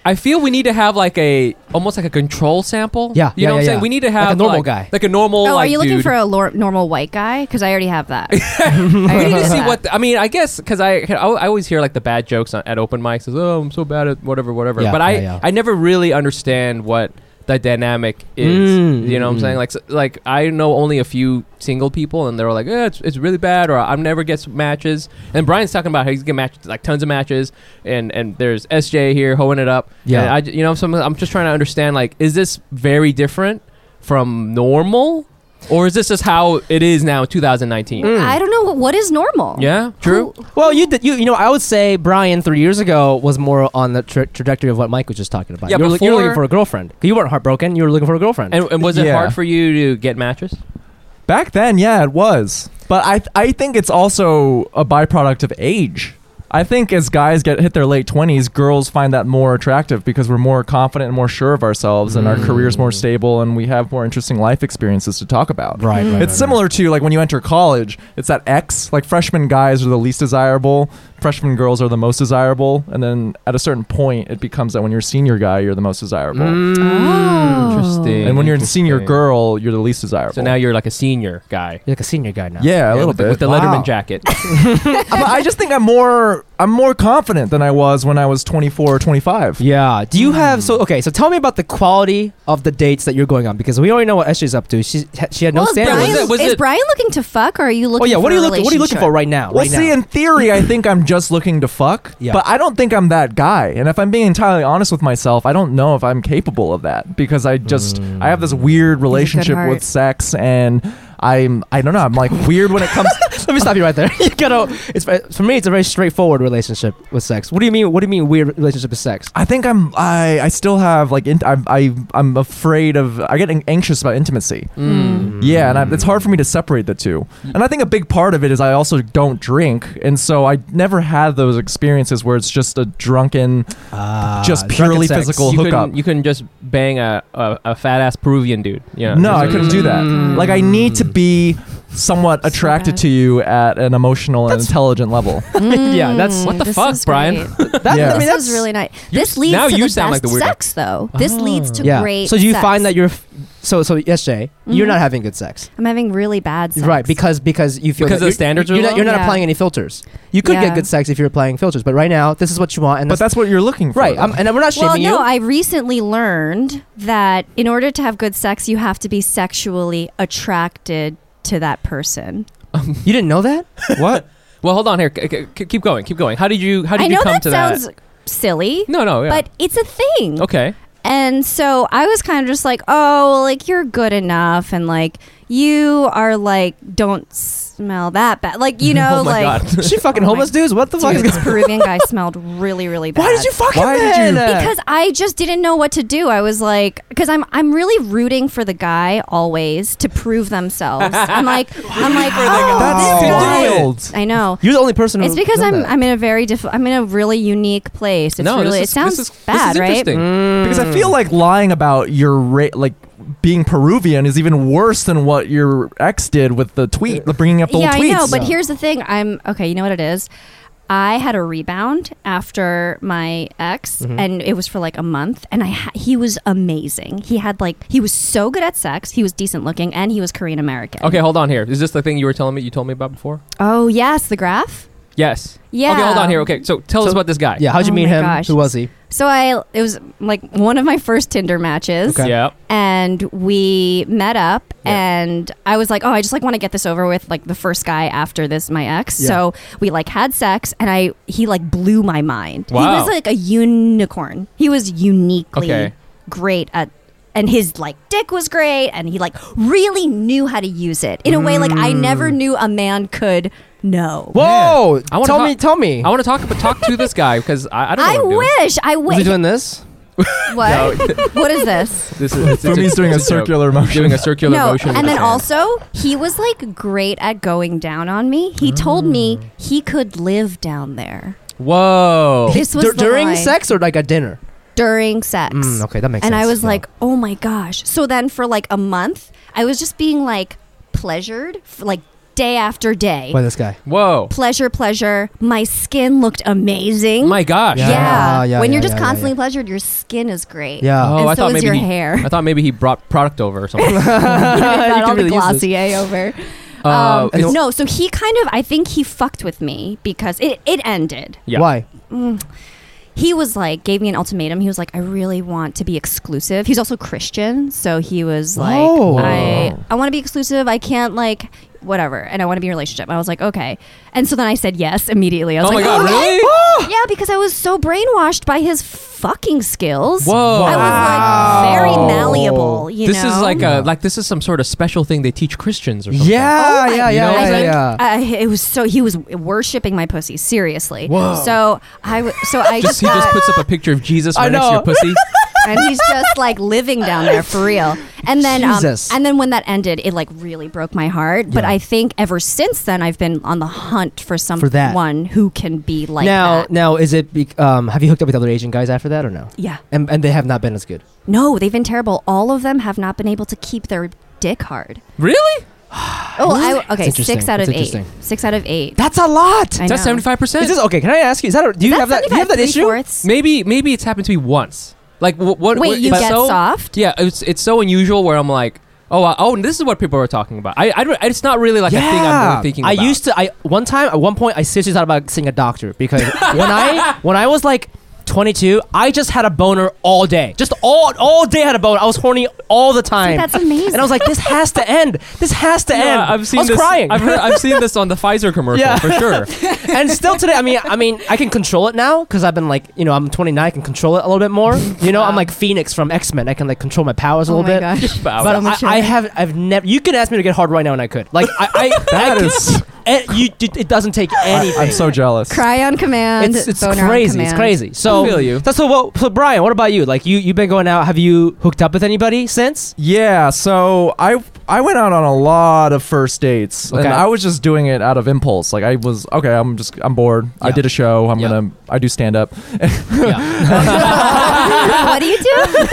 I feel we need to have like a almost like a control sample.
Yeah,
you
yeah,
know what I'm
yeah,
saying.
yeah.
We need to
Like a
have
normal guy.
like a normal.
Oh, are
like,
you looking
dude.
for a lor- normal white guy? Because I already have that. I
we
already
need to
have
see
that.
what I mean. I guess because I, I I always hear like the bad jokes on, at open mics is oh I'm so bad at whatever whatever.
Yeah,
but I
yeah, yeah.
I never really understand what the dynamic is.
Mm,
you know what I'm
mm,
saying? Like s like I know only a few single people and they're like eh, it's it's really bad or I never gets matches. And Brian's talking about how he's getting matches like tons of matches and and there's SJ here hoeing it up.
Yeah.
And I j- you know so I'm, I'm just trying to understand like is this very different from normal or is this just how it is now in 2019?
I don't know. What, what is normal?
Yeah, true.
Well, you did, you you know I would say Brian three years ago was more on the tra- trajectory of what Mike was just talking about.
Yeah,
you were, you were
before-
looking for a girlfriend. You weren't heartbroken. You were looking for a girlfriend.
And, and was it
Yeah.
hard for you to get matches?
Back then, yeah, it was. But I I think it's also a byproduct of age. I think as guys get hit their late twenties, girls find that more attractive because we're more confident and more sure of ourselves, and our career's more stable, and we have more interesting life experiences to talk about.
right, right,
It's similar to like when you enter college, it's that X. Like freshman guys are the least desirable, freshman girls are the most desirable, and then at a certain point, it becomes that when you're a senior guy, you're the most desirable,
Mm.
Oh.
Interesting.
and when you're a senior
Interesting.
girl, you're the least desirable.
so now you're like a senior guy.
You're like a senior guy now.
yeah,
Yeah,
Oh. a little
with the-
bit
with the
Wow.
Letterman jacket.
but I just think I'm more I'm more confident than I was when I was 24 or 25.
Yeah. Do you have
Hmm.
so okay? So tell me about the quality of the dates that you're going on because we already know what Ashley's up to. She she had no
well, is,
standards.
Brian,
Was it- was
is
it-
Brian looking to fuck, or are you
oh
looking?
yeah.
For
What are you
a
looking? What are you looking for
relationship?
right now?
Well,
right
see,
now.
in theory, I think I'm just looking to fuck,
Yeah.
but I don't think I'm that guy. And if I'm being entirely honest with myself, I don't know if I'm capable of that because I just I have this weird relationship
heart.
with sex, and I'm I don't know. I'm like weird when it comes.
Let me stop you right there. you gotta. It's for me. It's a very straightforward relationship with sex. What do you mean? What do you mean weird relationship with sex?
I think I'm I I still have like in, I I I'm afraid of I get an- anxious about intimacy.
Hmm.
Hmm.
Yeah, and I, it's hard for me to separate the two. And I think a big part of it is I also don't drink, and so I never had those experiences where it's just a drunken, just
Ah, drunken
purely
sex.
physical
you
hookup.
couldn't, you couldn't just bang a, a, a fat ass Peruvian dude. You know, Mm.
No,
There's
I
a-
couldn't do that.
Hmm.
Like I need to be somewhat attracted
bad.
to you at an emotional and intelligent level.
yeah, that's
Mm,
What the
this
fuck,
is
Brian?
great.
that. I
Yeah.
mean,
this
that's
is really nice. This
s-
leads
now
to
you
the
sound like
best
the weirdo.
sex, though. This leads to
yeah.
great.
so do you
sex.
find that you're f- so so yes, Jay, you're
Mhm.
not having good sex,
I'm having really bad sex?
right? Because because you feel
Because
that
the
you're-
standards
you're
are
not,
low?
you're not
Yeah.
applying any filters. You could get
Yeah.
good sex if you're applying filters, but right now this is what you want, and
but that's what you're looking for.
right.
though.
I'm, and we're not shaming
well, no,
you.
I recently learned that in order to have good sex, you have to be sexually attracted to that person.
you didn't know that.
what?
Well, hold on here. C- c- c- keep going. Keep going. How did you? How did
I
you
know
come
that
to
sounds
that?
silly,
No, no. Yeah.
but it's a thing.
okay.
And so I was kind of just like, oh, well, like you're good enough, and like you are like don't smell that bad, like you know,
oh my
like.
god.
She fucking
Oh my-
homeless dudes. What the fuck?
Dude,
Is
this
going-
Peruvian guy smelled really, really bad.
Why did you fucking?
Why did you-
Because I just didn't know what to do. I was like, because I'm I'm really rooting for the guy always to prove themselves. I'm like, I'm like, oh,
That's
this guy.
wild.
I know.
you're the only person.
It's
who
because
knows
I'm
that.
I'm in a very diff- I'm in a really unique place. It's
no, this
really it
is,
sounds
this is, this
bad,
is
right?
Mm.
interesting.
Mm.
Because I
Mm.
feel like lying about your ra- like being Peruvian is even worse than what your ex did with the tweet, the bringing up the
yeah,
old
I
tweets.
know. But here's the thing. I'm okay. You know what it is. I had a rebound after my ex,
Mm-hmm.
and it was for like a month. And I ha- he was amazing. He had like he was so good at sex. He was decent looking, and he was Korean American.
Okay, hold on here. Is this the thing you were telling me? You told me about before?
Oh yes, the graph.
Yes.
Yeah.
Okay, hold on here. Okay, so tell us about this guy.
Yeah, how'd you
Oh
meet
my
him?
gosh.
Who was he?
So I it was like one of my first Tinder matches.
Okay.
Yeah.
and we met up and i was like oh i just like want to get this over with like the first guy after this my ex
Yeah.
so we like had sex and i he like blew my mind
Wow.
he was like a unicorn he was uniquely
Okay.
great at and his like dick was great and he like really knew how to use it in a way like i never
Mm.
knew a man could know
Whoa!
I wanna
Tell
talk-
me, tell me.
I want to talk talk to this guy because I, I don't know.
I
what I'm doing.
wish I
was he
wish.
doing this?
What? what is this?
This is it's,
Fumi's doing a circular
joke.
motion.
Doing a circular
no,
motion. with
and
his
then
hand.
also he was like great at going down on me. He told me
Mm.
he could live down there.
Whoa.
This was
Dur-
the
during
line.
sex or like a dinner?
During sex.
Mm, okay, that makes
and
sense.
I was
Yeah.
like, oh my gosh. So then for like a month, I was just being like pleasured, for, like day after day.
by this guy.
Whoa.
Pleasure, pleasure. My skin looked amazing.
My gosh.
yeah.
Yeah, yeah,
When
yeah,
you're just
yeah, yeah,
constantly
yeah.
pleasured, your skin is great.
Yeah.
Oh,
and
I
so
thought
is
maybe
your
he,
hair.
I thought maybe he brought product over or something.
I got
can
all the
really use this.
Glossier over.
Uh,
Um,
it's-
no, so he kind of, I think he fucked with me because it, it ended.
Yeah.
Why?
He was like, gave me an ultimatum. He was like, I really want to be exclusive. He's also Christian. So he was like,
Oh.
I, I want to be exclusive. I can't like, whatever. And I want to be in a relationship. I was like, okay. And so then I said yes immediately. I was
oh my
like,
god,
okay.
really?
Yeah, because I was so brainwashed by his fucking skills.
Whoa.
I was like very
Wow.
malleable, you
this
know?
is like a like this is some sort of special thing they teach Christians or something.
Yeah,
Oh my
yeah, yeah,
God.
yeah,
I
yeah.
think, uh, it was so he was worshiping my pussy seriously.
Whoa.
So I w- so I
Just
just,
he just
got-
puts up a picture of Jesus
I
right next to
know.
your pussy.
and he's just like living down there for real. And then um,
Jesus.
and then when that ended, it like really broke my heart. But
Yeah.
I think ever since then, I've been on the hunt for someone
For that.
who can be like
now,
that.
now is it? Be- um, have you hooked up with other Asian guys after that or no?
Yeah.
And and they have not been as good.
No, they've been terrible. All of them have not been able to keep their dick hard.
really?
Oh, I, okay,
That's
six
interesting.
out of
That's
eight.
interesting.
Six out of eight.
That's a lot.
I
That's
know.
seventy five
Is
percent.
this okay? Can I ask you? Is that a, do you
That's
have that? Do you have
75,
that issue?
three-fourths.
Maybe maybe it's happened to me once. Like wh- what?
Wait,
what-
you
it's
get
so,
soft?
Yeah, it's it's so unusual where I'm like, Oh, uh, oh, and this is what people were talking about. I, I, don't- it's not really like a thing I'm really thinking.
I
about.
used to. I one time at one point I seriously thought about seeing a doctor because when I when I was like 22, I just had a boner all day, just all all day had a boner. I was horny all the time.
that's amazing.
And I was like, this has to end. This has to end.
Yeah, I've seen
I was
this.
crying.
I've, heard, I've seen this on the Pfizer commercial
Yeah.
for sure.
and still today, I mean, I mean, I can control it now because I've been like, you know, I'm 29, I can control it a little bit more. You know, I'm like Phoenix from X Men. I can like control my powers a
oh
little
my
bit.
gosh.
But I, I have, I've never. You could ask me to get hard right now, and I could. Like I, I that is. It, you, it it doesn't take anything.
I'm so jealous.
Cry on command.
it's, it's
boner on
crazy. It's
command.
crazy. So
I feel you.
That's so. Well, so Brian, what about you? Like you, you've been going out. Have you hooked up with anybody since?
Yeah, so I I went out on a lot of first dates,
Okay.
and I was just doing it out of impulse. Like I was okay, I'm just I'm bored. I
Yeah.
did a show. I'm
Yeah.
gonna I do stand up.
yeah.
what do you do?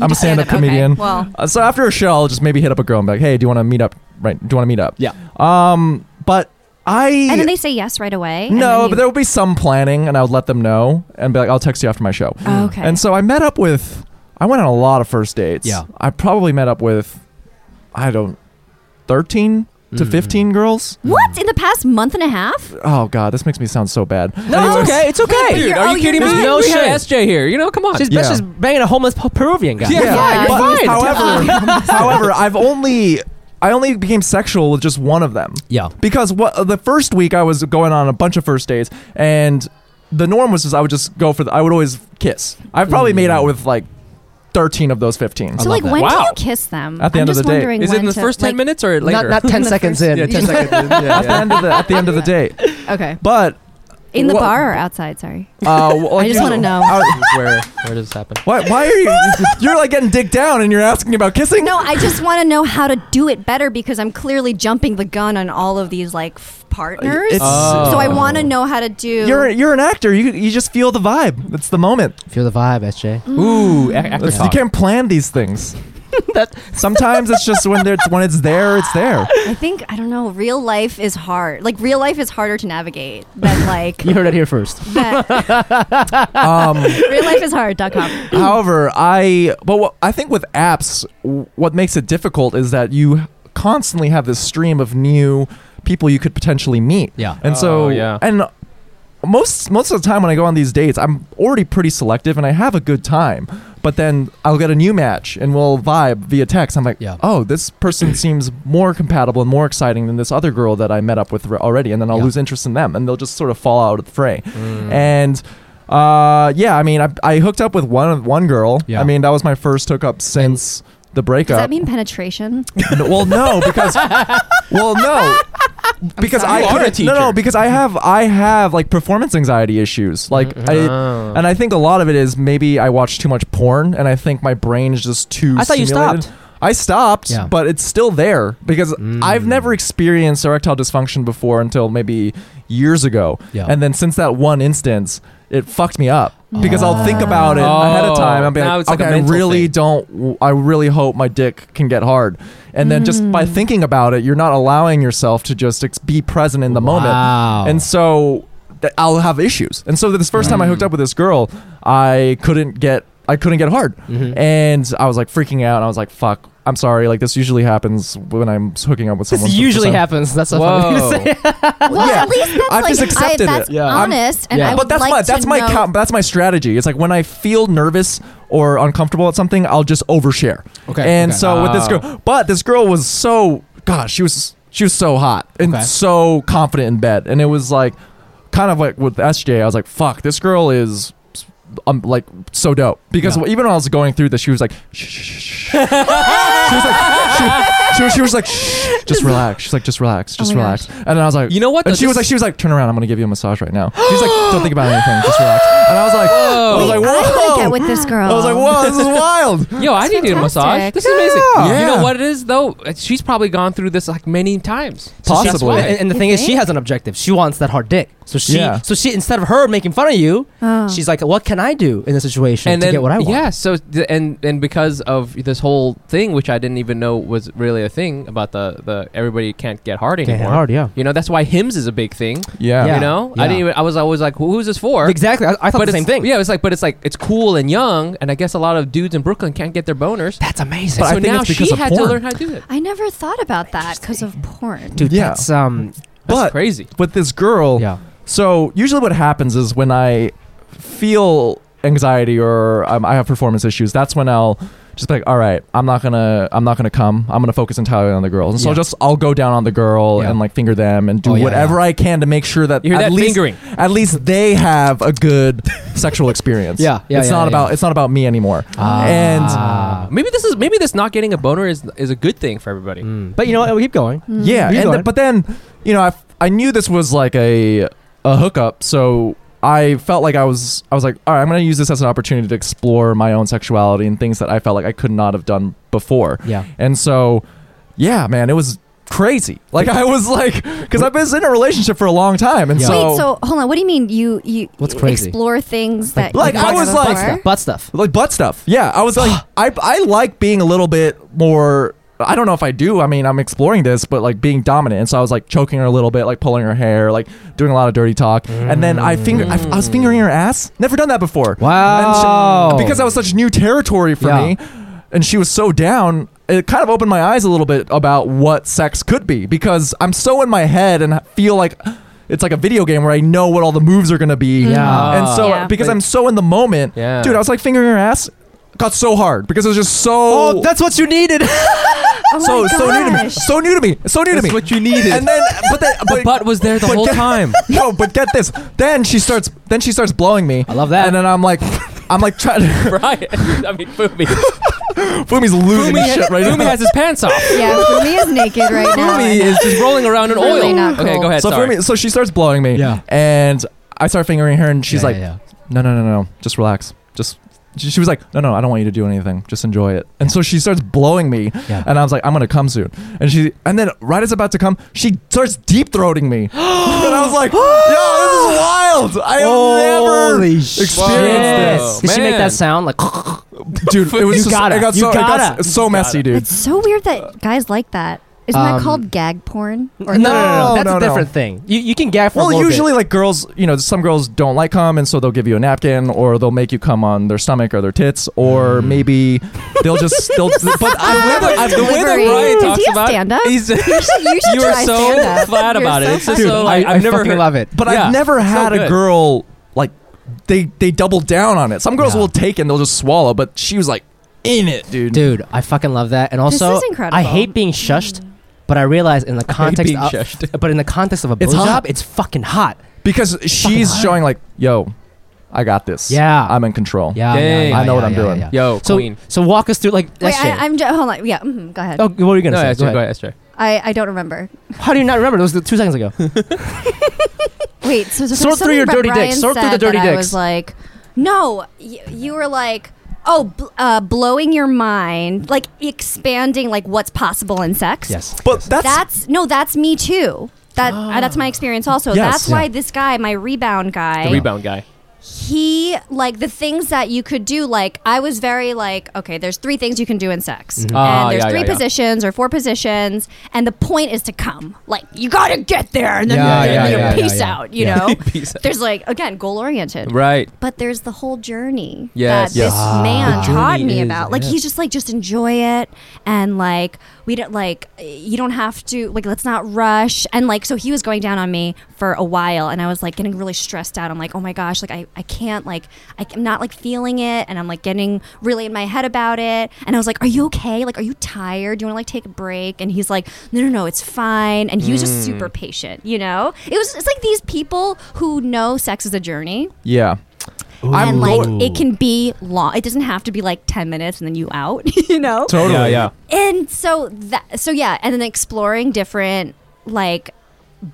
I'm a stand up
Okay,
comedian.
Well,
Uh, so after a show, I'll just maybe hit up a girl and be like, hey, do you want to meet up? Right? Do you want to meet up?
Yeah.
Um, but I
and then they say yes right away. and then
no, but
you-
there would be some planning, and I would let them know and be like, I'll text you after my show.
Oh, okay.
And so I met up with, I went on a lot of first dates.
Yeah.
I probably met up with, I don't, 13 to
Hmm.
Mm-hmm.
15 girls.
what in the past month and a half?
Oh, God, this makes me sound so bad.
No, it's okay. It's okay.
Dude,
Are
Oh,
you
you're
kidding me?
not. No
we
shame.
had SJ here. You know, come on.
She's,
Yeah.
she's banging a homeless P- Peruvian guy.
Yeah.
Yeah,
but-
you're
However, however, I've only, I only became sexual with just one of them.
Yeah.
because what the first week I was going on a bunch of first dates, and the norm was just I would just go for the, I would always kiss. I've probably made out with like thirteen of those fifteen.
So
love
Mm. like,
that.
when do
Wow.
you kiss them?
At the
I'm
end of
just
the day.
wondering
is it in
when
the
to-
first ten
like-
minutes or
Not,
later?
not 10
the
seconds
first-
in.
yeah, ten seconds.
at the end of the at the end of the day,
Okay,
but
in the
Wha-
bar or outside? Sorry.
uh, well, like,
I just
you-
want to know.
I-
where where does this happen?
why, why are you? You're like getting dick down, and you're asking about kissing.
No, I just want to know how to do it better because I'm clearly jumping the gun on all of these like f- partners.
It's- Oh.
So I want to know how to do.
You're you're an actor. You you just feel the vibe. It's the moment.
Feel the vibe, SJ.
Ooh, actor
It's- you
talk.
can't plan these things. Sometimes it's just when it's when it's there, it's there.
I think I don't know. Real life is hard. Like real life is harder to navigate than like.
You heard it here first.
that.
Um,
real life is hard.com.
However, I but what, I think with apps, w- what makes it difficult is that you constantly have this stream of new people you could potentially meet.
Yeah.
and so
Oh, yeah.
and most most of the time when I go on these dates, I'm already pretty selective and I have a good time. But then I'll get a new match and we'll vibe via text. I'm like,
Yeah.
oh, this person seems more compatible and more exciting than this other girl that I met up with re- already. And then I'll
Yeah.
lose interest in them and they'll just sort of fall out of the fray.
Mm.
And uh, yeah, I mean, I, I hooked up with one one girl.
Yeah.
I mean, that was my first hookup since the breakup.
Does that mean penetration?
No, well, no, because well, no, because
sorry.
You
I
are a
couldn't- no, no,
teacher.
because I have I have like performance anxiety issues. Like
Mm-hmm. Uh-huh. Oh.
I, and I think a lot of it is maybe I watch too much porn, and I think my brain is just too.
I thought you
stimulated.
stopped.
I stopped,
Yeah. Mm.
but it's still there because I've never experienced erectile dysfunction before until maybe years ago.
Yeah.
And then since that one instance, it fucked me up because I'll think about it ahead of time. I'll be
Oh, now
like,
it's like a
okay, I
mental
really
thing.
don't I really hope my dick can get hard. And then just
Mm.
by thinking about it, you're not allowing yourself to just ex- be present in the
Wow.
moment. And so th- I'll have issues. And so this first time I
Mm.
hooked up with this girl, I couldn't get I couldn't get hard.
Mm-hmm.
And I was like freaking out and I was like, fuck, I'm sorry. Like this usually happens when I'm hooking up with someone.
This
for the
usually
first time.
happens. That's what I'm
Whoa.
gonna say.
Well,
Yeah.
at least that's
I've
like
just accepted
I, that's
it. Yeah. I'm-
honest, and
Yeah.
I
But
would
but that's
like
my
to
that's my
know-
count, that's my strategy. It's like when I feel nervous or uncomfortable at something, I'll just overshare.
Okay,
And
okay.
so with this
Oh.
Wow.
girl, but this girl was so gosh, she was she was so hot and
Okay.
so confident in bed, and it was like kind of like with SJ, I was like, fuck, this girl is. um like so dope because
Yeah.
even when I was going through this, she was like, shh, shh, shh, shh. she was like, she, she, was- she was like, shh, just relax. She's like, just relax, just
Oh my gosh.
relax. And then I was like,
You know what,
And
though,
she was
this-
like, she was like, turn around. I'm gonna give you a massage right now. She's like, don't think about anything. Just relax. And I was like, I was like,
I
whoa.
want to get with this girl.
I was like, whoa, this is wild.
Yo, I need to get a massage.
fantastic.
This is amazing.
Yeah.
You
Yeah.
know what it is though? She's probably gone through this like many times.
So she-
Possibly.
And, and the
You
thing is, she
think?
has an objective. She wants that hard dick. So she,
Yeah.
so she, instead of her making fun of you,
Oh.
she's like, "What can I do in this situation
and
to
then
get what I want?"
yeah. So th- and and because of this whole thing, which I didn't even know was really a thing about the the everybody can't get hard
Get
anymore.
hard, yeah.
You know that's why hymns is a big thing.
Yeah.
Yeah.
You know, I didn't even. I was always like, Who, who's this for?
Exactly. I, I thought
But
the
it's-
same thing.
Yeah, it's like, but it's like it's cool and young, young, and I guess a lot of dudes in Brooklyn can't get their boners.
That's amazing.
so
I think
now
it's because
she
of
had
porn.
to learn how to do it.
I never thought about that because of porn.
Dude,
Yeah.
that's um
That's
but
crazy.
with this girl,
yeah.
So usually, what happens is when I feel anxiety or um, I have performance issues, that's when I'll just be like, "All right, I'm not gonna, I'm not gonna come. I'm gonna focus entirely on the girls." And so
Yeah.
I'll just, I'll go down on the girl
Yeah.
and like finger them and do
Oh, yeah,
whatever I can to make sure that
You hear
at
that?
least,
Fingering.
at least they have a good sexual experience.
Yeah, yeah,
it's
yeah,
not
yeah.
about, it's not about me anymore.
Ah.
Maybe this is maybe this not getting a boner is is a good thing for everybody.
Mm. But you know what? We keep going.
Mm-hmm. Mm.
And yeah,
You
and
go
th-
ahead.
but then you know, I, f- I knew this was like a a hookup, so I felt like I was I was like, all right, I'm gonna use this as an opportunity to explore my own sexuality and things that I felt like I could not have done before.
Yeah.
And so, yeah, man, it was crazy. Like I was like, because I've been in a relationship for a long time, and
Yeah.
so,
Wait, so hold on. What do you mean you you
What's
you
crazy?
explore things that
Like,
you
I was
never
like-
before?
Butt stuff.
like butt stuff. Yeah, I was like, I I like being a little bit more. I don't know if I do. I mean, I'm exploring this, but like being dominant. And so I was like choking her a little bit, like pulling her hair, like doing a lot of dirty talk. And then I finger, I, I was fingering her ass. Never done that before.
Oh.
Wow.
And she- because that was such new territory for
Yeah.
me, and she was so down. It kind of opened my eyes a little bit about what sex could be because I'm so in my head and feel like it's like a video game where I know what all the moves are going to be.
Yeah.
And so
Yeah.
because I'm so in the moment,
Yeah.
dude, I was like fingering her ass. Got so hard because it was just so
Oh, that's what you needed.
Oh
so
my
so new to me,
gosh.
so new to me, so new to me.
you needed.
And then, but then,
the
but,
butt was there the
but
whole
get-
time.
no, but get this. Then she starts. Then she starts blowing me. I
love that.
And then I'm like, I'm like trying to.
Brian, I mean, Fumi.
Fumi's losing
Fumi,
his shit
has,
right
Fumi
now.
has his pants off.
Yeah, for me is naked right now.
Fumi is just rolling around in oil.
Really not
Okay,
cool.
go ahead.
so
sorry.
Fumi, so she starts blowing me.
Yeah.
And I start fingering her, and she's
Yeah,
like,
yeah, yeah.
no, no, no, no, no, just relax, just. She she was like, "No, no, I don't want you to do anything. Just enjoy it." And so she starts blowing me,
Yeah.
and I was like, "I'm gonna come soon." And she, and then right as about to come, she starts deep throating me, and I was like, "Yo, this is wild! I have never
Holy
experienced
Yes. shit.
this,
Did she make
Man.
that sound like
dude." It was
You
just,
gotta.
it got
You
so, It
gotta.
got so messy, dude.
It's so weird that guys like that. Isn't
Um,
that called gag porn?
No, no, no, no.
No,
That's a
no, no.
different thing. You, you can gag for a
Well,
little bit.
usually, like girls, you know, some girls don't like cum, and so they'll give you a napkin, or they'll make you come on their stomach or their tits, or maybe they'll just they'll. but I,
But I- the way that
Delivery.
Brian
Is
talks
he a
about
stand-up?
he's
You should, you should
you
try
are so
stand-up.
flat
You're
about it.
so
It's just
funny.
so like
I,
I've
I
never
fucking
heard.
love it.
but
Yeah,
I've never
so
had a
good.
girl like they they double down on it. Some girls
Yeah.
will take and they'll just swallow, but she was like in it, dude.
Dude, I fucking love that. And also,
is incredible.
I hate being shushed, but I realize in the context
being
of,
shushed.
but in the context of a
It's hot.
blowjob, it's fucking hot.
because she's
hot.
showing like, yo, I got this.
Yeah.
I'm in control.
Yeah, yeah,
Dang.
yeah,
I know
yeah,
what I'm
yeah,
doing.
yeah, yeah.
Yo,
So,
Queen.
so walk us through like that
Wait,
shit.
I, I'm just, hold on. Yeah, mhm, go ahead.
oh, what were you gonna
No,
say?
SJ,
Go ahead.
SJ.
I, I don't remember.
How do you not remember? That was the two seconds ago.
Wait, so, so
Sort through your dirty
Brian
dicks. Sort through
said
the dirty
that I
dicks.
was like, no, y- you were like, oh, bl- uh, blowing your mind, like expanding like what's possible in sex.
yes.
But that's,
That's no, that's me too. That uh, that's my experience also.
Yes.
that's why this guy, my rebound guy,
The rebound guy.
he like the things that you could do like i was very like okay there's three things you can do in sex
Ah,
and there's
yeah,
three
yeah, yeah.
positions or four positions and the point is to come like you gotta get there and then
Yeah,
you-
yeah,
you
yeah,
peace
yeah, yeah.
out you
Yeah.
know
Peace out.
there's like again goal oriented
Right.
but there's the whole journey
Yes.
that
Yes.
this
Ah.
man
The journey
taught me
is-
about. Like
yeah.
he's just like just enjoy it and like we don't like you don't have to like let's not rush and like so he was going down on me for a while and I was like getting really stressed out. I'm like oh my gosh like I I can't like I, am not like feeling it and I'm like getting really in my head about it and I was like are you okay like are you tired do you want to like take a break and he's like no no no it's fine and he was just
Mm.
super patient you know it was it's like these people who know sex is a journey
yeah.
and like
going-
it can be long. It doesn't have to be like ten minutes and then you out, you know.
totally.
Yeah, yeah.
And so that, so yeah, and then exploring different like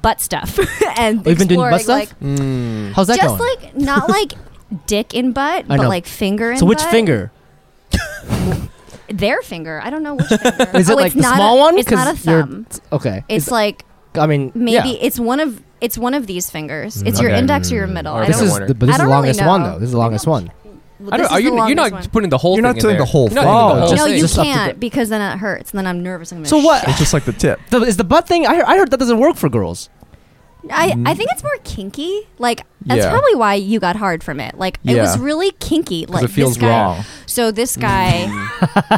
butt stuff and
We've Oh, been doing
exploring,
butt stuff.
like,
Mm.
How's that
just
going?
like not like dick in butt,
I
but
know.
like finger in.
so which
butt.
finger?
Their finger. I don't know which finger.
Is
Oh,
it like
it's
the
not
small
a,
one?
It's not a
'Cause you're-
thumb.
Okay.
It's
Is-
like
I mean
maybe
yeah. Mm,
it's one of it's one of these fingers. It's your
Okay.
index or your middle.
Or
I
This
don't.
is
wonder.
the, but this
I
is the
don't really
longest one
know.
though. This is the longest one.
I don't.
this
Are
is
you? You're
the longest
not
one.
putting the whole. thing
You're not
in
doing
there.
the whole
You're not
thing.
doing the
Oh.
whole
No,
thing.
you
Just up to
can't
the-
because then it hurts and then I'm nervous. I'm gonna
So what?
It's just like the tip.
The, is the butt thing? I heard, I heard that doesn't work for girls.
I, I think it's more kinky. Like that's
Mm-hmm. Yeah.
probably why you got hard from it. Like it was
Yeah.
really kinky. Like
it feels Mm-hmm.
this guy,
wrong.
So this guy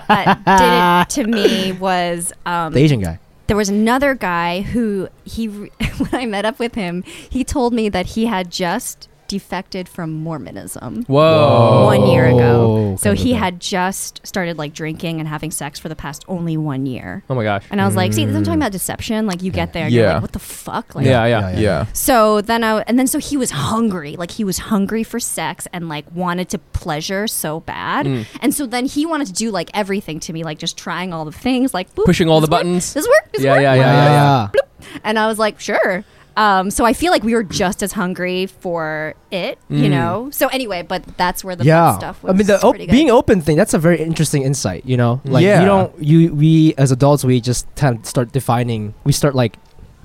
that did it to me was um,
The Asian guy.
there was another guy who he when I met up with him, he told me that he had just defected from Mormonism
Whoa.
one year ago.
Oh,
So
okay,
he
okay.
had just started like drinking and having sex for the past only one year.
Oh my gosh.
And I was like, see, I'm talking about deception. Like you get there, you're
Mm. Yeah.
like, what the fuck? Like,
Yeah,
Oh,
yeah.
Yeah.
So then I and then so he was hungry, like he was hungry for sex and like wanted to pleasure so
Mm.
bad. And so then he wanted to do like everything to me, like just trying all the things, like boop,
Pushing all
this
the
work,
buttons.
This work, this
Yeah,
work.
yeah, yeah, yeah, yeah.
Ah.
And I was like, sure. Um, so I feel like we were just as hungry for it,
Mm.
you know. So anyway, but that's where the
yeah.
butt stuff
I
was.
mean, the op-
pretty good.
being open thing, that's a very interesting insight, you know? Like,
Yeah.
you don't, you, we as adults, we just kind of start defining, we start like,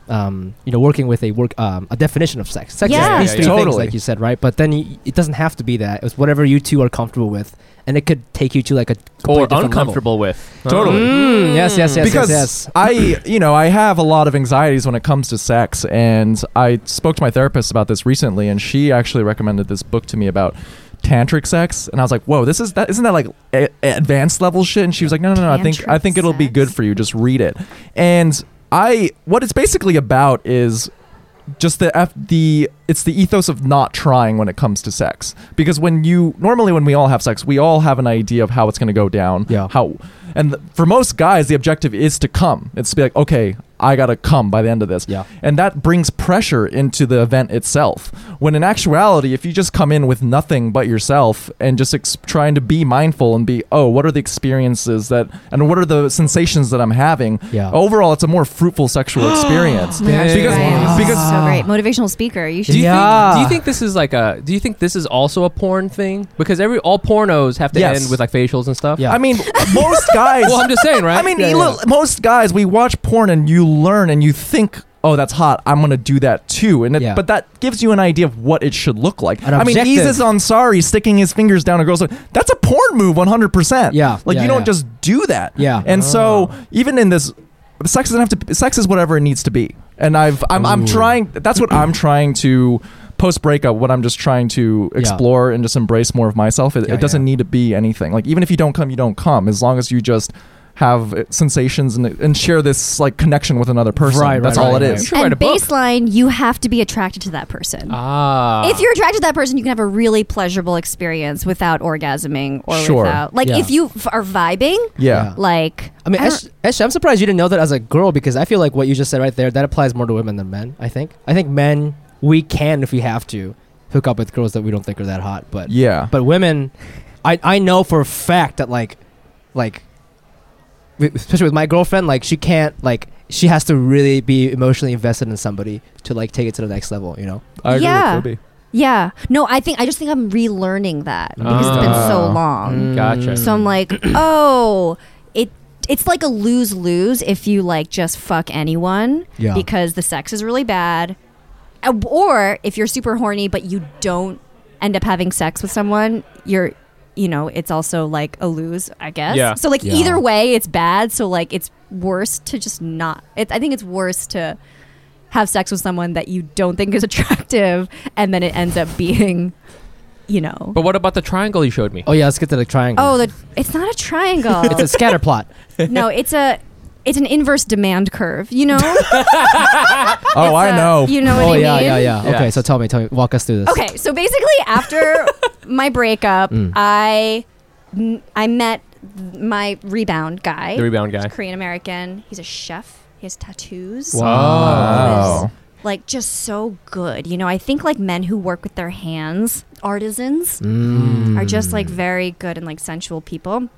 um, you know, working with a work, um, a definition of sex. Sex
Yeah.
is these
Yeah,
three
yeah,
things,
Totally.
like you said, right? But then y it doesn't have to be that. It's whatever you two are comfortable with. And it could take you to like a completely
Or
different
uncomfortable with.
Totally.
Mm.
level. Mm, yes, yes, yes,
because
yes, yes.
I, you know, I have a lot of anxieties when it comes to sex, and I spoke to my therapist about this recently, and she actually recommended this book to me about tantric sex, and I was like, "Whoa, this is that isn't that like a- advanced level shit?" And she was like, "No, no, no, I think I
Tantric
think it'll be
sex.
good for you. Just read it." And I, what it's basically about is just the F, the it's the ethos of not trying when it comes to sex because when you normally when we all have sex we all have an idea of how it's going to go down
Yeah.
how and th- for most guys the objective is to come it's to be like okay i gotta come by the end of this
Yeah.
and that brings pressure into the event itself when in actuality if you just come in with nothing but yourself and just ex- trying to be mindful and be oh what are the experiences that and what are the sensations that i'm having
Yeah.
overall it's a more fruitful sexual experience
Oh my gosh,
because,
Ryan, this is
because
so great motivational speaker. You should
Do you,
Yeah.
think, do you think this is like a? Do you think this is also a porn thing? Because every all pornos have to
Yes.
end with like facials and stuff.
Yeah.
I mean, most guys.
Well, I'm just saying, right?
I mean,
Yeah,
you
yeah.
look- most guys. We watch porn and you learn and you think, "Oh, that's hot. I'm gonna do that too." And it,
Yeah.
but that gives you an idea of what it should look like.
An
I mean,
objective.
Isis Ansari sticking his fingers down a girl's. That's a porn move, 100. percent
Yeah,
like
yeah,
you don't
yeah.
just do that.
Yeah.
and
Ah.
so even in this, sex doesn't have to. Sex is whatever it needs to be. And I've I'm, I'm trying. That's what I'm trying to. Post breakup, what I'm just trying to explore and just embrace more of myself. It,
Yeah,
it doesn't
yeah.
need to be anything. Like even if you don't come, you don't come. As long as you just have uh, sensations and, and share this like connection with another person.
Right,
That's
right,
all
right,
it
right.
is.
should write
and
a book.
baseline, you have to be attracted to that person.
Ah.
if you're attracted to that person, you can have a really pleasurable experience without orgasming or
Sure.
without. Like
Yeah.
if you f- are vibing,
Yeah.
like
I mean,
I don't-
Ash, Ash, I'm surprised you didn't know that as a girl because I feel like what you just said right there that applies more to women than men. I think. I think men we can if we have to hook up with girls that we don't think are that hot, but
Yeah.
but women, I I know for a fact that like like wi- especially with my girlfriend, like she can't like she has to really be emotionally invested in somebody to like take it to the next level. You know.
I agree
Yeah.
with Phoebe.
yeah. No, I think I just think I'm relearning that because it's been so
Ah.
long.
Um,
Gotcha.
Mm.
So I'm like, oh, it it's like a lose lose if you like just fuck anyone
Yeah.
because the sex is really bad, Uh, or if you're super horny but you don't end up having sex with someone, you're you know it's also like a lose, I guess.
Yeah.
So like
Yeah.
either way, it's bad. So like it's worse to just not. It, I think it's worse to have sex with someone that you don't think is attractive, and then it ends up being, you know.
but what about the triangle you showed me?
Oh yeah, let's get to the triangle.
Oh, the, it's not a triangle.
it's a scatter plot.
no, it's a it's an inverse demand curve. You know?
Oh, I
It's a-
know.
You know what
oh
I
yeah,
mean?
yeah, yeah,
Yeah.
Okay, so tell me, tell me, walk us through this.
Okay, so basically after my breakup,
Mm.
I m- I met my rebound guy.
The rebound guy.
Korean American. He's a chef. He has tattoos.
Oh.
Wow.
Like just so good. You know, I think like men who work with their hands, artisans,
Mm.
are just
Mm.
like very good and like sensual people.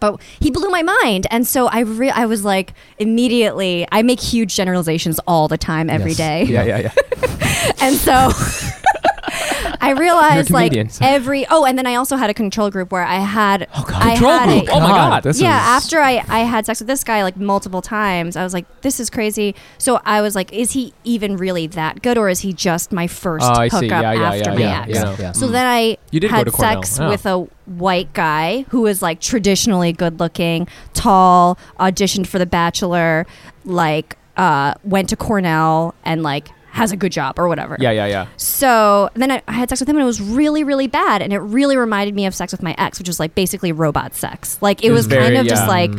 But he blew my mind, and so I re- I was like immediately. I make huge generalizations all the time, every
Yes.
day,
Yeah, yeah, yeah.
and so I realized like
comedian, so-
every. Oh, and then I also had a control group where I had oh, God. I
Control
had
group.
a-
Oh my God.
This
yeah,
is-
after I, I had sex with this guy like multiple times, I was like, this is crazy. So I was like, is he even really that good or is he just my first
Oh, I see.
hookup
Yeah, yeah,
after
yeah,
my
yeah,
ex?
yeah. Hmm.
So then I
You did go
had
to Cornell.
sex
Oh.
with a white guy who was like traditionally good looking, tall, auditioned for The Bachelor, like uh, went to Cornell and like has a good job or whatever.
Yeah, yeah, yeah.
So then I, I had sex with him and it was really, really bad. And it really reminded me of sex with my ex, which was like basically robot sex. Like it
It's
was kind
very-
of just
yeah. Mm.
like,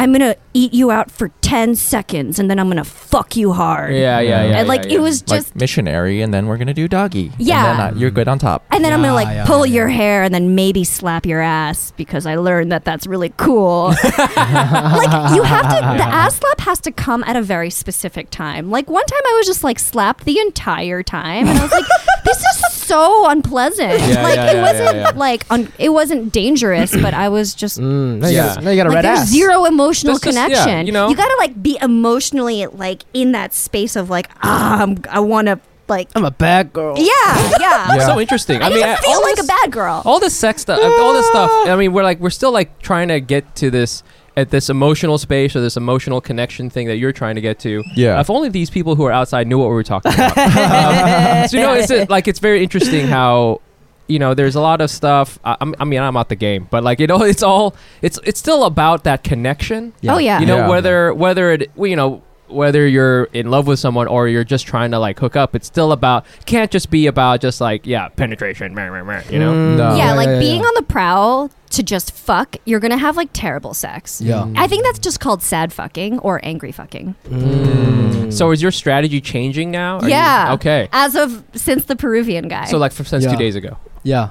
I'm going to eat you out for 10 seconds and then I'm going to fuck you hard.
Yeah, yeah, yeah.
And
yeah,
like
yeah.
it was just,
like missionary, and then we're gonna do doggy.
Yeah.
and then, uh, you're good on top.
and then I'm going to like
Yeah, yeah,
pull
yeah.
your hair and then maybe slap your ass because I learned that that's really cool. like you have to, the ass slap has to come at a very specific time. Like one time I was just like slapped the entire time and I was like, this is so unpleasant.
Yeah,
like
yeah,
it
yeah,
wasn't
yeah, yeah.
like, un- it wasn't dangerous, but I was just
Mm, now, you
Yeah.
got, a- now you got a
like
red
there's
ass.
zero emotional
That's just- yeah,
connection.
you know?
you gotta like be emotionally like in that space of like ah, I'm, I want to like
I'm a bad girl.
yeah, yeah.
Yeah.
so interesting. Oh. I,
I,
mean,
didn't feel
all
like
this,
a bad Ah. girl.
all this sex stuff, all this stuff. I mean, we're like we're still like trying to get to this at this emotional space or this emotional connection thing that you're trying to get to.
Yeah.
If only these people who are outside knew what we were talking about. um, so you know, it's uh, like it's very interesting how. You know, there's a lot of stuff. I, I'm- I mean, I'm out the game, but like, you know, it's all, it's, it's still about that connection.
Oh yeah,
you know
Yeah.
whether whether it well, you know whether you're in love with someone or you're just trying to like hook up it's still about can't just be about just like yeah penetration meh, meh, meh, you know
Mm.
No.
yeah, like
yeah, yeah.
being on the prowl to just fuck, you're gonna have like terrible sex.
Yeah.
I think that's just called sad fucking or angry fucking.
Mm.
Mm. so is your strategy changing now Are you-
yeah.
okay
As of since the Peruvian guy.
so like from since
Yeah.
two days ago
Yeah.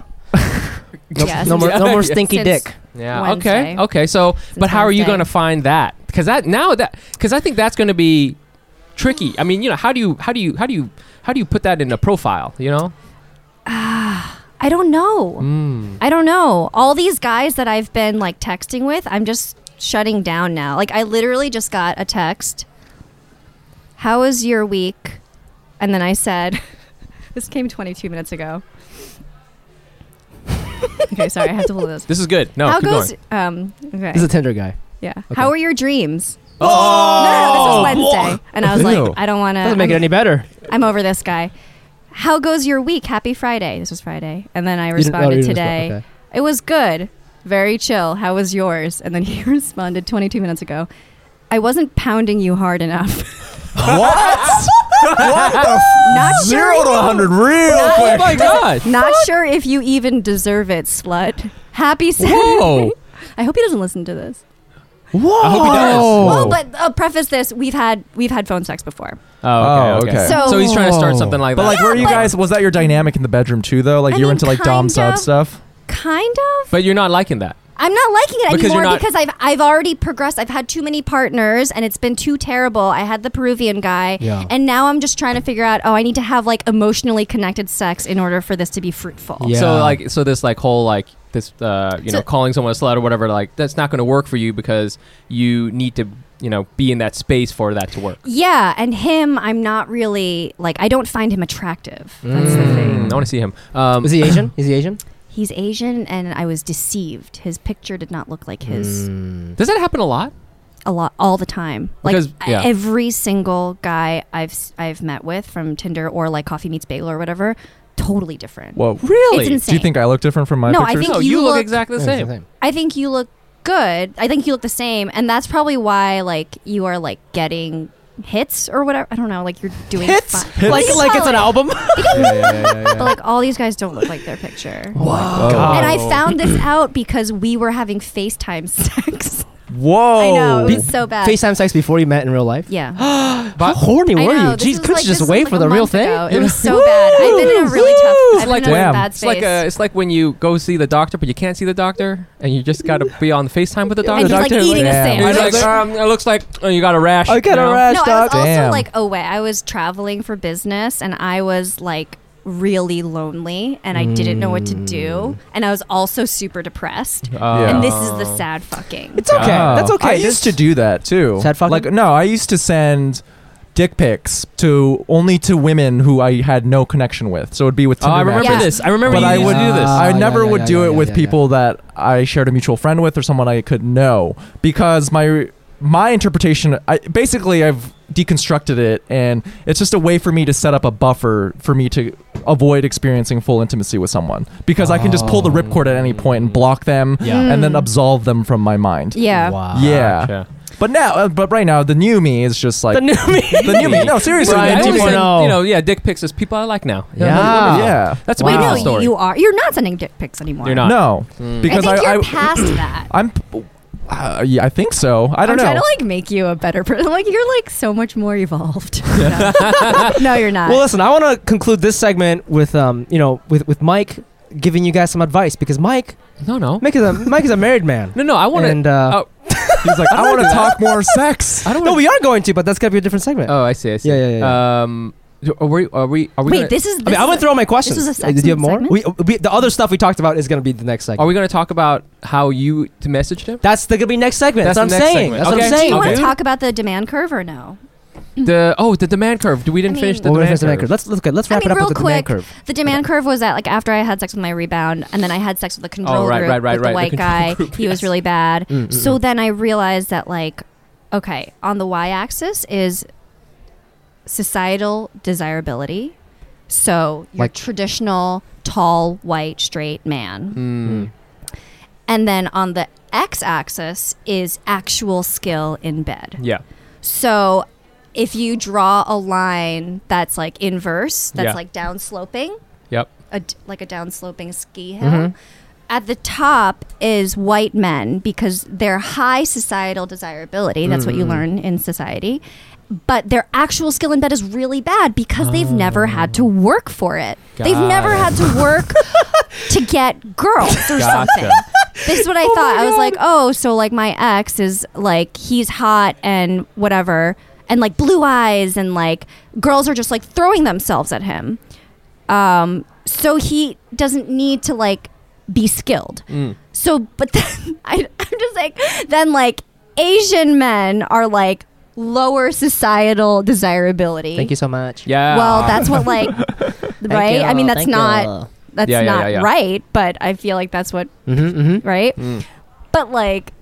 yes.
No more, no more
Yeah.
stinky
Since-
dick.
yeah
Wednesday.
okay okay so but how are you
Wednesday.
going to find that because that now that because i think that's going to be tricky i mean you know how do you how do you how do you how do you put that in a profile you know
I don't know.
Mm.
I don't know. All these guys that I've been like texting with, I'm just shutting down now. Like I literally just got a text. How was your week? And then I said, this came 22 minutes ago. okay, sorry, I have to pull this.
this is good no
How
Oh, keep
goes
going.
um okay.
He's a Tinder guy.
yeah. How were your dreams?
oh
No, no, no, this was Wednesday. And I was
Ew.
like, I don't want to
Doesn't make it any better.
I'm over this guy. How goes your week? Happy Friday. This was Friday. And then I
didn't- oh, you
responded
didn't
today.
respond,
It was good. Very chill. How was yours? And then he responded 22 minutes ago. I wasn't pounding you hard enough.
What? what the f-
Not
zero to
sure.
a hundred real quick?
Oh my god
Not sure if you even deserve it, slut. Happy Saturday.
whoa
I hope he doesn't listen to this.
Whoa!
I hope he does.
Oh.
Well, but I'll preface this: we've had we've had phone sex before.
Oh, okay.
Oh, okay.
So,
So-
he's trying to start something like
But
that.
like, were you
but-
guys? Was that your dynamic in the bedroom too? Though, like
I
you were
mean,
into like dom sub
kinda.
stuff.
Kind of.
but you're not liking that.
I'm not liking it
Because you're
anymore
not-
because I've I've already progressed. I've had too many partners and it's been too terrible. I had the Peruvian guy
Yeah.
and now I'm just trying to figure out, oh, I need to have like emotionally connected sex in order for this to be fruitful.
Yeah.
So like, so this like whole like this uh, you know
So-
calling someone a slut or whatever like that's not going to work for you because you need to you know be in that space for that to work.
Yeah, and him I'm not really like I don't find him attractive. That's the thing.
Mm, I want to see him. Um,
Is he Asian? Is he Asian?
He's Asian and I was deceived. His picture did not look like
Mm.
his
does that happen a lot?
a lot all the time. Like
Because- yeah.
every single guy I've s- I've met with from Tinder or like Coffee Meets Bagel or whatever, totally different.
Whoa!
Really?
It's
Do you
insane.
think I look different from my
No, I
pictures?
think
no, you
you
look,
look-
exactly the
Yeah,
same.
it's the same.
I think you look good. I think you look the same, and that's probably why like you are like getting hits or whatever. I don't know, like you're doing
Hits?
fine. What do
Like,
you
like
call
it's an
it?
album?
yeah, yeah, yeah, yeah,
But like all these guys don't look like their picture.
Whoa!
Oh.
Oh.
And I found this out because we were having FaceTime sex.
Whoa!
I know it was so bad.
FaceTime sex before you met in real life?
yeah,
How horny
I
were
know.
you?
this
Jeez,
was,
couldn't
like,
you just
this was,
wait
like,
for
a
the real
month
thing?
ago. It was so bad. I've been in a really tough. I've
like
been in a
damn.
bad
It's like
space.
uh it's like when you go see the doctor, but you can't see the doctor, and you just got to be on FaceTime with the doctor.
and he's like
Doctor,
eating a
Yeah.
and he's
sandwich.
like, um, it looks like oh, you got a rash.
I got
you
a
know?
rash,
No, I was
doc.
also
Damn.
like away. I was traveling for business and I was like really lonely and I didn't know what to do. And I was also super depressed.
Oh.
And this is the sad fucking.
It's okay.
Oh.
That's okay. I
This-
used to do that too.
Sad fucking?
Like no, I used to send dick pics to only to women who I had no connection with. So it'd be with
Oh,
Tinder
I remember
Yeah.
this. I remember uh,
But
you
I
used
would-
to do this.
Ah,
I
yeah,
never
yeah,
would
yeah,
do
yeah,
it with
yeah,
people that I shared a mutual friend with or someone I could know because my my interpretation I basically I've deconstructed it and it's just a way for me to set up a buffer for me to avoid experiencing full intimacy with someone because I can just
Oh.
pull the ripcord at any point and block them
Yeah.
and then absolve them from my mind.
Mm, Yeah.
Wow.
Yeah.
Gotcha.
But now, uh, but right now, the new me is just like
the new me.
the new me. No, seriously,
Right,
the
I
new
always
me.
send,
oh.
2.0.
you know, yeah, dick pics is people I like now.
Yeah.
Yeah.
That's a
Wait,
beautiful
no,
story.
you are. You're not sending dick pics anymore.
You're not.
No,
Mm.
because
I
I,
think
I,
you're past that.
I'm. Uh, yeah, I think so. I don't
am
know.
trying to like make you a better person. Like you're like so much more evolved. no. No, you're not.
Well, listen, I want to conclude this segment with um, you know, with with Mike giving you guys some advice because Mike,
No, no.
Mike is a Mike is a married man.
No, no, I want
And,
to.
uh,
Oh.
He's like, I want to talk more sex.
I don't
No,
wanna,
we are going to, but that's gonna be a different segment.
Oh, I see. I see.
Yeah, yeah, yeah.
Um, are we? Are we? Are we?
Wait,
gonna,
this is.
I
This
mean, I went
is,
through all my questions.
was a
Uh, Did you have
segment
more?
segment?
We, we, the other stuff we talked about is gonna be the next segment.
Are we going to talk about how you t- messaged him?
That's the, gonna be next segment. That's,
That's
what
the
I'm
next
saying.
segment.
That's what
Okay.
I'm
Do
saying.
you want
Okay.
to talk about the demand curve or no?
The oh, the demand curve. Do we didn't
Mm. I
finish
mean-
the
Well, we're gonna finish
demand
the demand
curve?
curve. Let's look at. Let's
I
wrap
mean,
it up
real
with the demand
quick,
curve.
The demand curve was that like after I had sex with my rebound, and then I had sex with a control
Oh, right,
group
right, right,
with
right,
the
the
white
control
guy.
group,
he was
yes.
really bad.
Mm,
So then I realized that like, okay, on the y-axis is societal desirability. So your
Like-
traditional tall white straight man,
Hmm. Mm,
Mm. and then on the x-axis is actual skill in bed.
Yeah.
So if you draw a line that's like inverse, that's
Yeah.
like downsloping,
Yep. Mm-hmm.
a d like a downsloping ski hill. At the top is white men because they're high societal desirability. That's what you
Mm-hmm.
learn in society. But their actual skill in bed is really bad because they've never had to work for it. They've
Oh. Got
never
it.
had to work to get girls or something. This is what I thought. I was like, oh, so like my ex is like, he's hot and whatever, and like blue eyes, and like girls are just like throwing themselves at him. Um, so he doesn't need to like be skilled. So, but then I, I'm just like, then like Asian men are like lower societal desirability.
Thank you so much.
Yeah.
Well, that's what like, right? I mean, that's not that's
Yeah, yeah,
not
yeah, yeah.
right, but I feel like that's what
Mm-hmm,
right?
Mm.
But like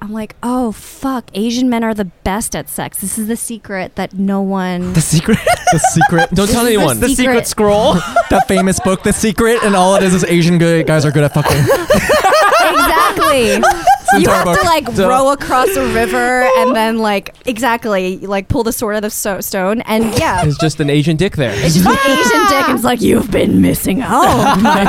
I'm like, "Oh fuck, Asian men are the best at sex. This is the secret that no one
the secret.
the secret.
Don't tell
This is
anyone.
the
secret
Secret.
scroll.
that famous book, The Secret, and all it is is Asian good guys are good at fucking.
Exactly. you
entire
have
book.
to like
So-
row across a river and then like exactly, you, like pull the sword out of the so- stone and yeah.
It's just an Asian dick there.
It's just an Asian dick and it's like you've been missing out, my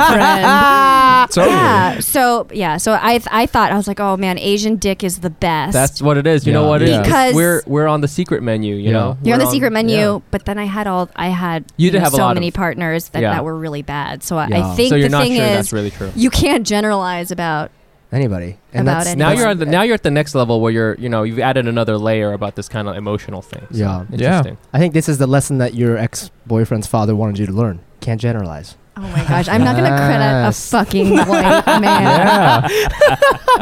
friend.
Totally.
Yeah. So yeah. So I th- I thought I was like, oh man, Asian dick is the best.
That's what it is. You know
Yeah.
what it is?
Because-
we're we're on the secret menu. You
Yeah.
know.
You're on
We're
the secret menu,
yeah.
but then I had all I had.
You did
know,
have a
so
lot
many
of-
partners that,
Yeah.
that were really bad. So I,
Yeah.
I think
So you're
the
not
thing
sure
is,
that's really true.
you can't generalize about.
Anybody.
About
that's-
it.
Now
That's-
you're on the, now you're at the next level where you're you know you've added another layer about this kind of emotional thing. So,
Yeah.
Yeah.
Interesting.
I think this is the lesson that your ex boyfriend's father wanted you to learn. Can't generalize.
Oh my gosh, I'm not gonna credit a
Yes.
fucking white man.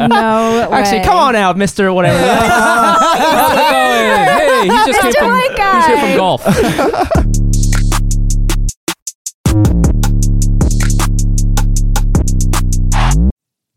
No,
Actually,
way.
come on out, Mister Whatever.
How's it going? Hey, he just came
Mr.
from
White
he just came
Guy.
from golf.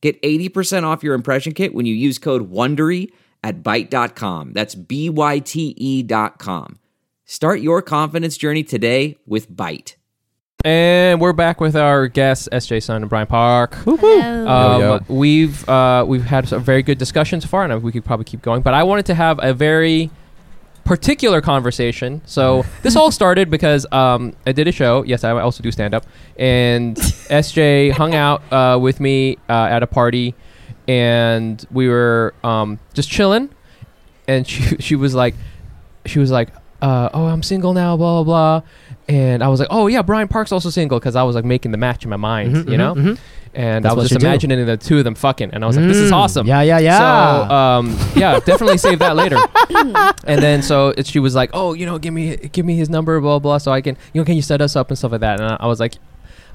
Get 80% off your impression kit when you use code WONDERY at Byte.com. That's B-Y-T-E E dot com. Start your confidence journey today with Byte.
And we're back with our guests, SJ Sun and Brian Park. Um,
Yo, yo.
We've uh, we've had a very good discussion so far, and we could probably keep going. But I wanted to have a very particular conversation. So this all started because um, I did a show. Yes, I also do stand up, and SJ hung out uh, with me uh, at a party, and we were um, just chilling, and she she was like, she was like, uh, oh, I'm single now, blah blah blah, and I was like, oh yeah, Brian Park's also single because I was like making the match in my mind,
Mm-hmm,
you know, and
That's
I
what
was
you
just
do.
imagining the two of them fucking, and I was like, this is
Mm.
awesome.
Yeah, yeah, yeah.
So um, yeah, definitely save that later. and then so it, she was like, oh, you know, give me give me his number, blah blah, so I can you know can you set us up and stuff like that, and I, I was like,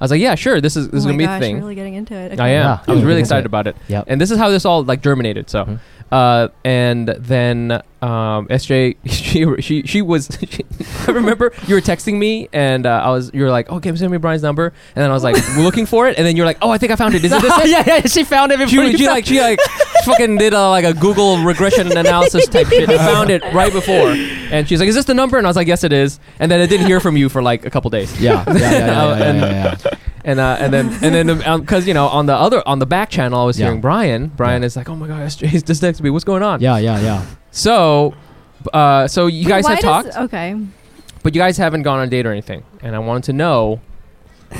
I was like, yeah, sure, this is this is
oh my
gonna be
gosh,
the thing.
Really getting into it.
I
Okay.
am.
Yeah.
I was really
Yeah.
excited about it.
Yep. Mm-hmm.
And this is how this all like germinated. So, Uh, and then um, SJ, she she, she was. She, I remember you were texting me, and uh, I was you were like, "Okay, send me Brian's number," and then I was like looking for it, and then you're like, "Oh, I think I found it. Is it this?" it?"
yeah, yeah, she found it before
She,
you
she
found-
like she like fucking did a, like a Google regression analysis type shit. and found it right before, and she's like, "Is this the number?" And I was like, "Yes, it is." And then I didn't hear from you for like a couple days.
yeah, yeah, yeah, yeah, yeah,
And-
yeah, yeah, yeah.
And uh, and then and then because you know on the other on the back channel I was
Yeah.
hearing Brian. Brian is like, "Oh my god, SJ's just texted me. What's going on?"
yeah, yeah, yeah.
So, uh, so you guys
Why
have
does- uh,
talked,
Okay.
but you guys haven't gone on a date or anything, and I wanted to know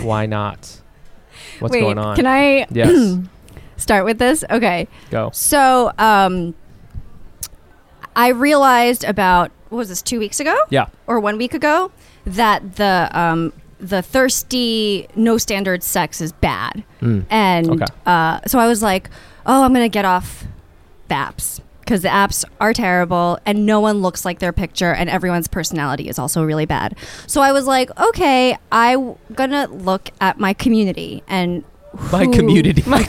why not. What's
Wait,
going on?
Can I
Yes.
start with this? Okay.
Go.
So, um, I realized about what was this two weeks ago?
Yeah.
or one week ago that the um, the thirsty no standard sex is bad,
Mm.
and
Okay.
uh, so I was like, oh, I'm gonna get off the apps because the apps are terrible and no one looks like their picture and everyone's personality is also really bad. So I was like, okay, I'm gonna look at my community and
My
who-
community. My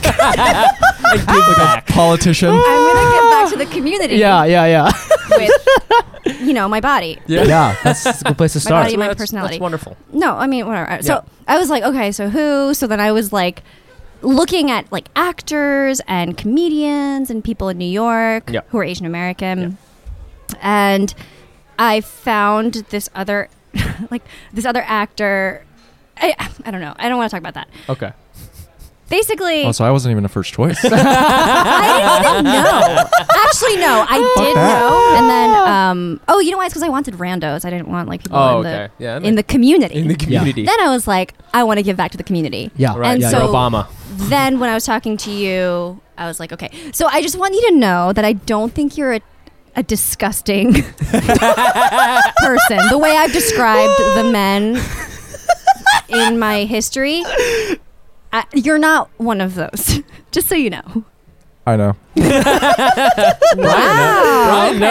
back.
Politician.
I'm gonna get back to the community
Yeah, yeah, yeah.
with you know my body.
Yeah.
yeah, that's a good place to
My
start.
body, my
That's-
personality.
That's wonderful.
No, I mean whatever. So
Yeah.
I was like, okay, so who? So then I was like looking at like actors and comedians and people in New York
Yeah.
who are Asian American. And I found this other like this other actor I, I don't know. I don't want to talk about that.
Okay.
Basically,
Oh, so I wasn't even a first choice.
I didn't even know. Actually, no, I did
that.
know. And then, um, oh, you know why? It's because I wanted randos. I didn't want like people
Oh,
in,
okay.
the,
Yeah, that
in the community.
In the community.
Then I was like, I want to give back to the community.
Yeah,
Right.
And
yeah,
so
For Obama.
then when I was talking to you, I was like, okay. So I just want you to know that I don't think you're a, a disgusting person. The way I've described the men in my history, I, you're not one of those. Just so you know.
I know.
Oh,
Brian knows.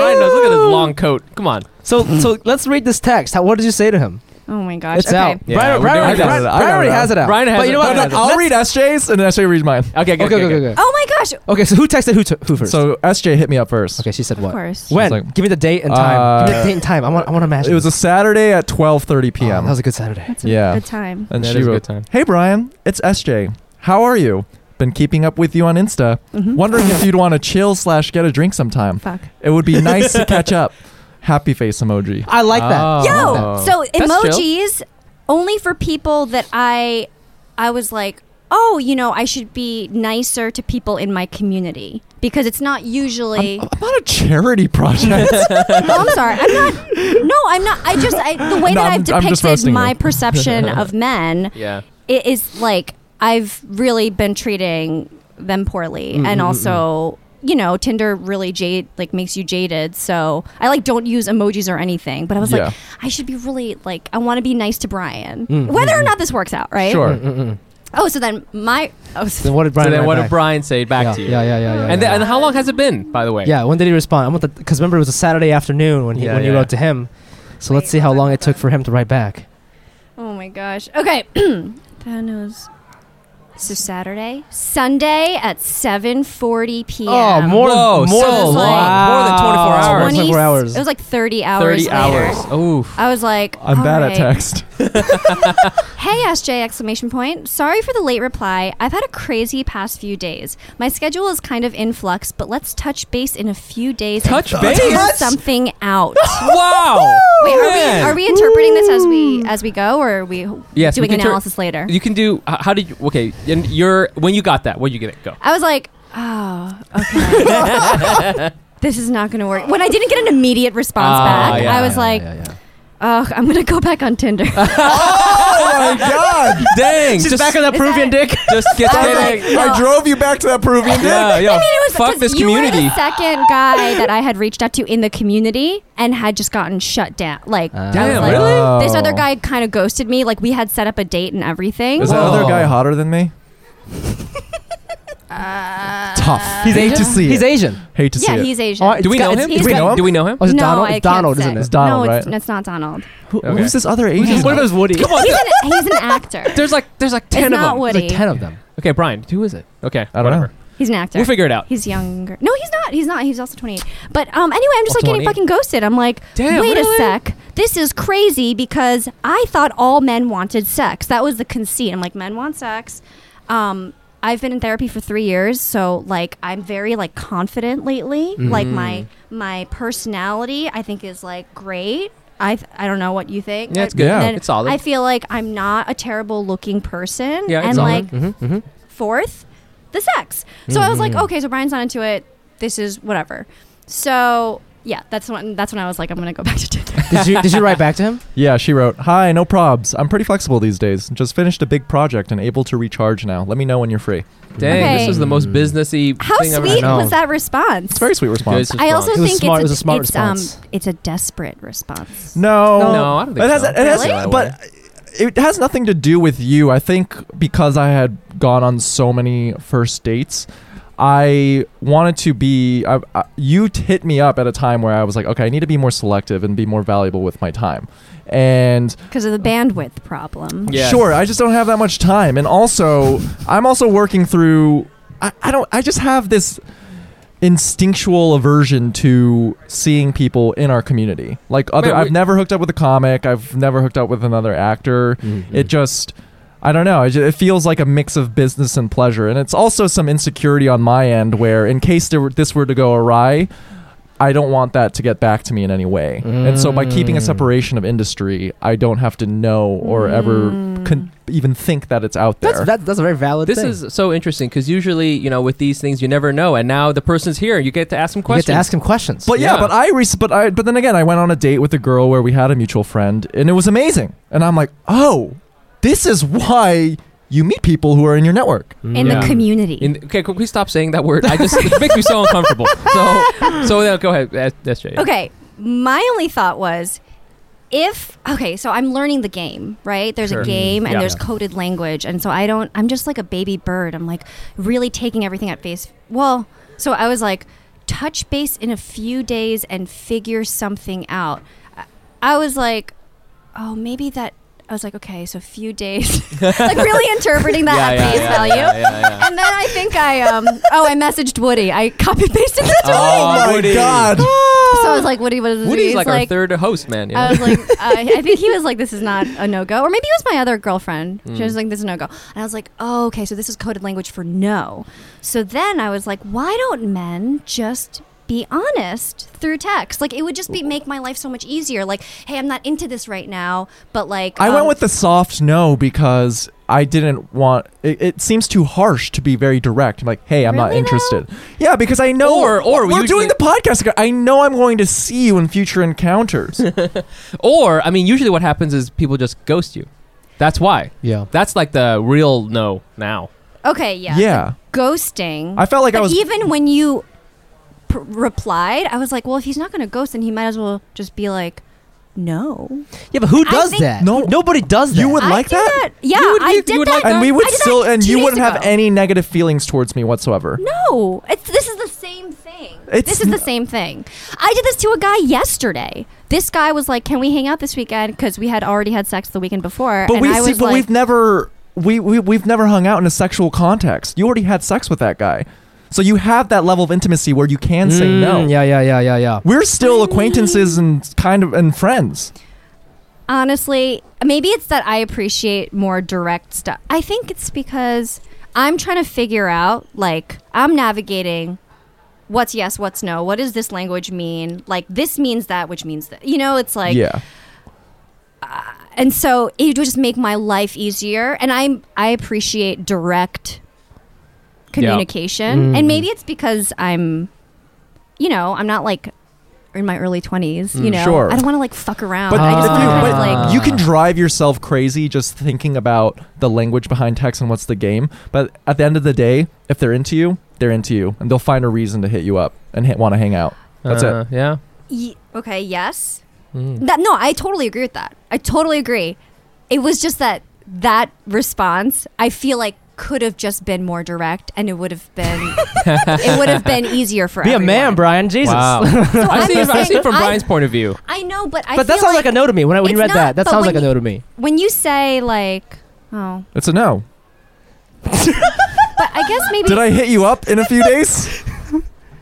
Brian knows. Look at his long coat. Come on.
So, so let's read this text. How, what did you say to him?
Oh my gosh.
It's
okay.
out.
Yeah,
Brian,
we're
Brian, already-
doing that.
Brian-
I don't
Brian already
know.
has it out.
Brian has
but you know
it.
what?
Brian has
I'll read SJ's and then SJ reads mine.
Okay.
Okay,
Good, good,
okay,
good.
okay. Okay,
Oh my gosh.
Okay, so who texted who, to, who first?
So SJ hit me up first.
okay, she said what?
Of course.
When?
She's like-
Give me the date and time. Give me
Uh,
the date and time. I want, I want to match.
It was a Saturday at 12:30
Oh, that
p.m.
was a good Saturday.
That's a
Yeah.
good time.
and
That
she
is a
wrote,
good time.
"Hey Brian, it's SJ. How are you? Been keeping up with you on Insta. Wondering if you'd want to chill slash get a drink sometime.
Mm-hmm. Fuck.
It would be nice to catch up." Happy face emoji.
I like that.
Yo,
Uh-huh.
Oh.
so
That's chill.
emojis only for people that I I was like, "Oh, you know, I should be nicer to people in my community." Because it's not usually.
I'm on a charity project.
no, I'm sorry. I'm not. No, I'm not. I just I, the way
No,
that
I'm-
I've
I'm just
depicted
roasting
my
you.
perception of men
Yeah.
it is like I've really been treating them poorly,
Mm,
and also you know Tinder really jade like makes you jaded. So I like don't use emojis or anything, but I was
Yeah.
like I should be really like I want to be nice to Brian, whether or not this works out, right?
sure.
Oh, so then my oh,
Then what did Brian?
So then,
write
what did
back?
Brian say back to you?
Yeah, yeah, yeah, yeah.
And
yeah.
then, and how long has it been, by the way?
yeah, when did he respond? I want because remember it was a Saturday afternoon when he,
Yeah,
when you
yeah.
wrote to him. So
Wait,
let's see how
hold on,
long it
hold
took
on.
for him to write back.
oh my gosh. Okay, Thanos. So Saturday, Sunday at seven forty p.m.
Oh, more
Whoa,
than more
so
than
long.
More than 24 hours.
More than
20
24 hours.
It was like thirty hours.
30 hours.
Later.
Oof.
I was like,
I'm
all
bad at
right.
text.
Hey SJ exclamation point. Sorry for the late reply. I've had a crazy past few days. My schedule is kind of in flux, but let's touch base in a few days
Touch
and
base?
figure something out.
Wow.
Wait, are
Man.
we are we interpreting this as we as we go or are we
Yes, we
doing
can tur-
analysis later?
You can do. h- How did you? Okay, and you're when you got that. When you get it, go.
I was like, "Oh, okay." this is not going to work. When I didn't get an immediate response
Ah,
back,
yeah,
I was
yeah,
like,
yeah, yeah.
"Oh, I'm going to go back on Tinder."
Oh my god!
Dang,
She's
just
back on that
Is that-
Peruvian dick.
just get
I was
kidding.
like, no.
I drove you back to that Peruvian dick.
yeah, yeah.
I mean, it was
fuck
'cause
this
you Were
community.
the second guy that I had reached out to in the community and had just gotten shut down. Like, I was
Damn,
like,
really?
Uh, Wow.
This other guy kind of ghosted me. Like, we had set up a date and everything.
Is that
Whoa.
other guy hotter than me? Tough. He's hate to see
He's
it.
Asian.
Hate to
yeah,
see
he's
it.
Asian.
All right,
do we
It's
know
got-
him?
it's-
Do we know him?
Do we know him?
Oh, it's
no,
Donald.
I
It's Donald,
can't say.
isn't it?
It's Donald,
no,
right?
It's, it's not Donald.
Who,
Okay.
Who's this other Asian?
What if it was Woody?
Come on.
He's an, he's an actor.
There's like there's like
it's
ten of
not
them.
Woody.
There's like ten of them.
Okay, Brian, who is it? Okay,
I don't
whatever.
know.
He's an actor.
We'll figure it out.
He's younger. No, he's not. He's not. He's also 28. But um, anyway, I'm just like getting
28.
fucking ghosted. I'm like,
Oh, Damn,
wait
really?
a sec. This is crazy because I thought all men wanted sex. That was the conceit. I'm like, men want sex. Um, I've been in therapy for three years, so like I'm very like confident lately.
Mm-hmm.
Like my my personality, I think is like great. I th- I don't know what you think.
Yeah, it's
I-
good.
Yeah.
and then
It's solid.
I feel like I'm not a terrible looking person.
Yeah, it's
and
solid.
like
mm-hmm,
fourth, the sex. So I was like, okay, so Brian's not into it. This is whatever. So yeah, that's when that's when I was like, I'm gonna go back to Tinder.
did you did you write back to him?
Yeah, she wrote, Hi, no probs. I'm pretty flexible these days. Just finished a big project and able to recharge now. Let me know when you're free.
Dang,
Okay.
this is the most businessy
How
thing I've
sweet
ever
know.
was that response?
Very sweet response.
I also
It was
think
smart- it
it's
was a smart
it's,
response.
Um, it's a desperate response.
No,
No, I don't think
it has,
so.
It has,
Really?
But it has nothing to do with you. I think because I had gone on so many first dates, I wanted to be. I, I, you t- hit me up at a time where I was like, okay, I need to be more selective and be more valuable with my time. And
Because of the bandwidth problem.
Yeah. Yes.
Sure, I just don't have that much time, and also I'm also working through. I, I don't. I just have this instinctual aversion to seeing people in our community. Like other,
Man, we-
I've never hooked up with a comic. I've never hooked up with another actor.
Hmm.
It just. I don't know. It, ju- it feels like a mix of business and pleasure, and it's also some insecurity on my end. Where, in case there were, this were to go awry, I don't want that to get back to me in any way. And so by keeping a separation of industry, I don't have to know or ever con- even think that it's out there.
That's that, that's a very valid.
This
thing.
is so interesting because usually, you know, with these things, you never know. And now the person's here. You get to ask them
you get
questions.
to ask him questions.
but yeah,
Yeah.
but I re- but I but then again, I went on a date with a girl where we had a mutual friend and it was amazing. And I'm like, "Oh, this is why you meet people who are in your network."
In
Yeah.
the community.
In, okay, can we stop saying that word? I just it makes me so uncomfortable. So, so yeah, go ahead. Ask- ask Jay.
Okay. My only thought was if okay, so I'm learning the game, right? There's
Sure.
a game and
Yeah.
there's coded language and so I don't I'm just like a baby bird. I'm like really taking everything at face well, so I was like touch base in a few days and figure something out. I- I was like oh, maybe that I was like okay, so a few days. like really interpreting that
Yeah,
at
yeah,
face
yeah,
value.
yeah, yeah, yeah.
And then I think I um oh, I messaged Woody. I copy pasted this
Oh,
to Oh, Woody.
Oh my
Woody.
god.
So
Oh.
I was like, Woody, what is this?
Woody's
He's
like, our third host, man. You know?
I was like, uh, I think he was like, this is not a no go. Or maybe it was my other girlfriend.
Hmm.
She was like, this is no go. And I was like, oh, okay, so this is coded language for no. So then I was like, why don't men just be honest through text? Like, it would just be make my life so much easier. Like, hey, I'm not into this right now, but like.
I went
um,
with the soft no because I didn't want it, it seems too harsh to be very direct. I'm like, hey, I'm not
Really, though?
interested. Yeah, because I know
Or- or we
we're
usually-
doing the podcast. together. I know I'm going to see you in future encounters.
or I mean, usually what happens is people just ghost you. That's why.
yeah.
That's like the real no now.
Okay, yeah.
yeah.
Ghosting.
I felt like I
But
was-
Even when you p- replied, I was like, well, if he's not going to ghost, then he might as well just be like, no.
Yeah, but who
I
does
think-
that?
No.
nobody does that.
You would
I
like
do
that?
Yeah,
You would-
I
you-
did
you would
that.
like
And we
I
would
did that
still and
two
you
days
wouldn't have
ago.
any negative feelings towards me whatsoever.
No, it's this is the same thing.
It's
this is the same thing. I did this to a guy yesterday. This guy was like, "Can we hang out this weekend?" Because we had already had sex the weekend before,
But
and
we
I
see,
was
but
like,
we've never we, we we've never hung out in a sexual context. You already had sex with that guy. So you have that level of intimacy where you can say
Mm,
no.
Yeah, yeah, yeah, yeah, yeah.
We're still acquaintances and kind of and friends.
honestly, maybe it's that I appreciate more direct stuff. I think it's because I'm trying to figure out, like, I'm navigating what's yes, what's no. What does this language mean? Like, this means that, which means that. You know, it's like,
yeah.
and so it would just make my life easier and i'm i appreciate direct communication and maybe it's because i'm you know i'm not like in my early 20s you know
sure.
i don't want to like fuck around
But,
um, i just
if
want
you,
to kind of
but
like
you can drive yourself crazy just thinking about the language behind text and what's the game. But at the end of the day, if they're into you, they're into you, and they'll find a reason to hit you up and hit, want to hang out. That's
Uh,
it.
Yeah.
Ye- okay yes that no i totally agree with that i totally agree it was just that that response i feel like could have just been more direct and it would have been it would have been easier for
Be a man,
everyone.
Brian. Jesus.
Wow. I
I'm
see. it-
just
I see it
saying,
from
I-
Brian's point of view.
i know but i
but that
feel
sounds like, a no to me. When I when you
It's
read
not,
that, that
but
sounds
when
like a no
you-
to me.
when you say like oh
It's a no.
But I guess maybe
Did I hit you up in a few days?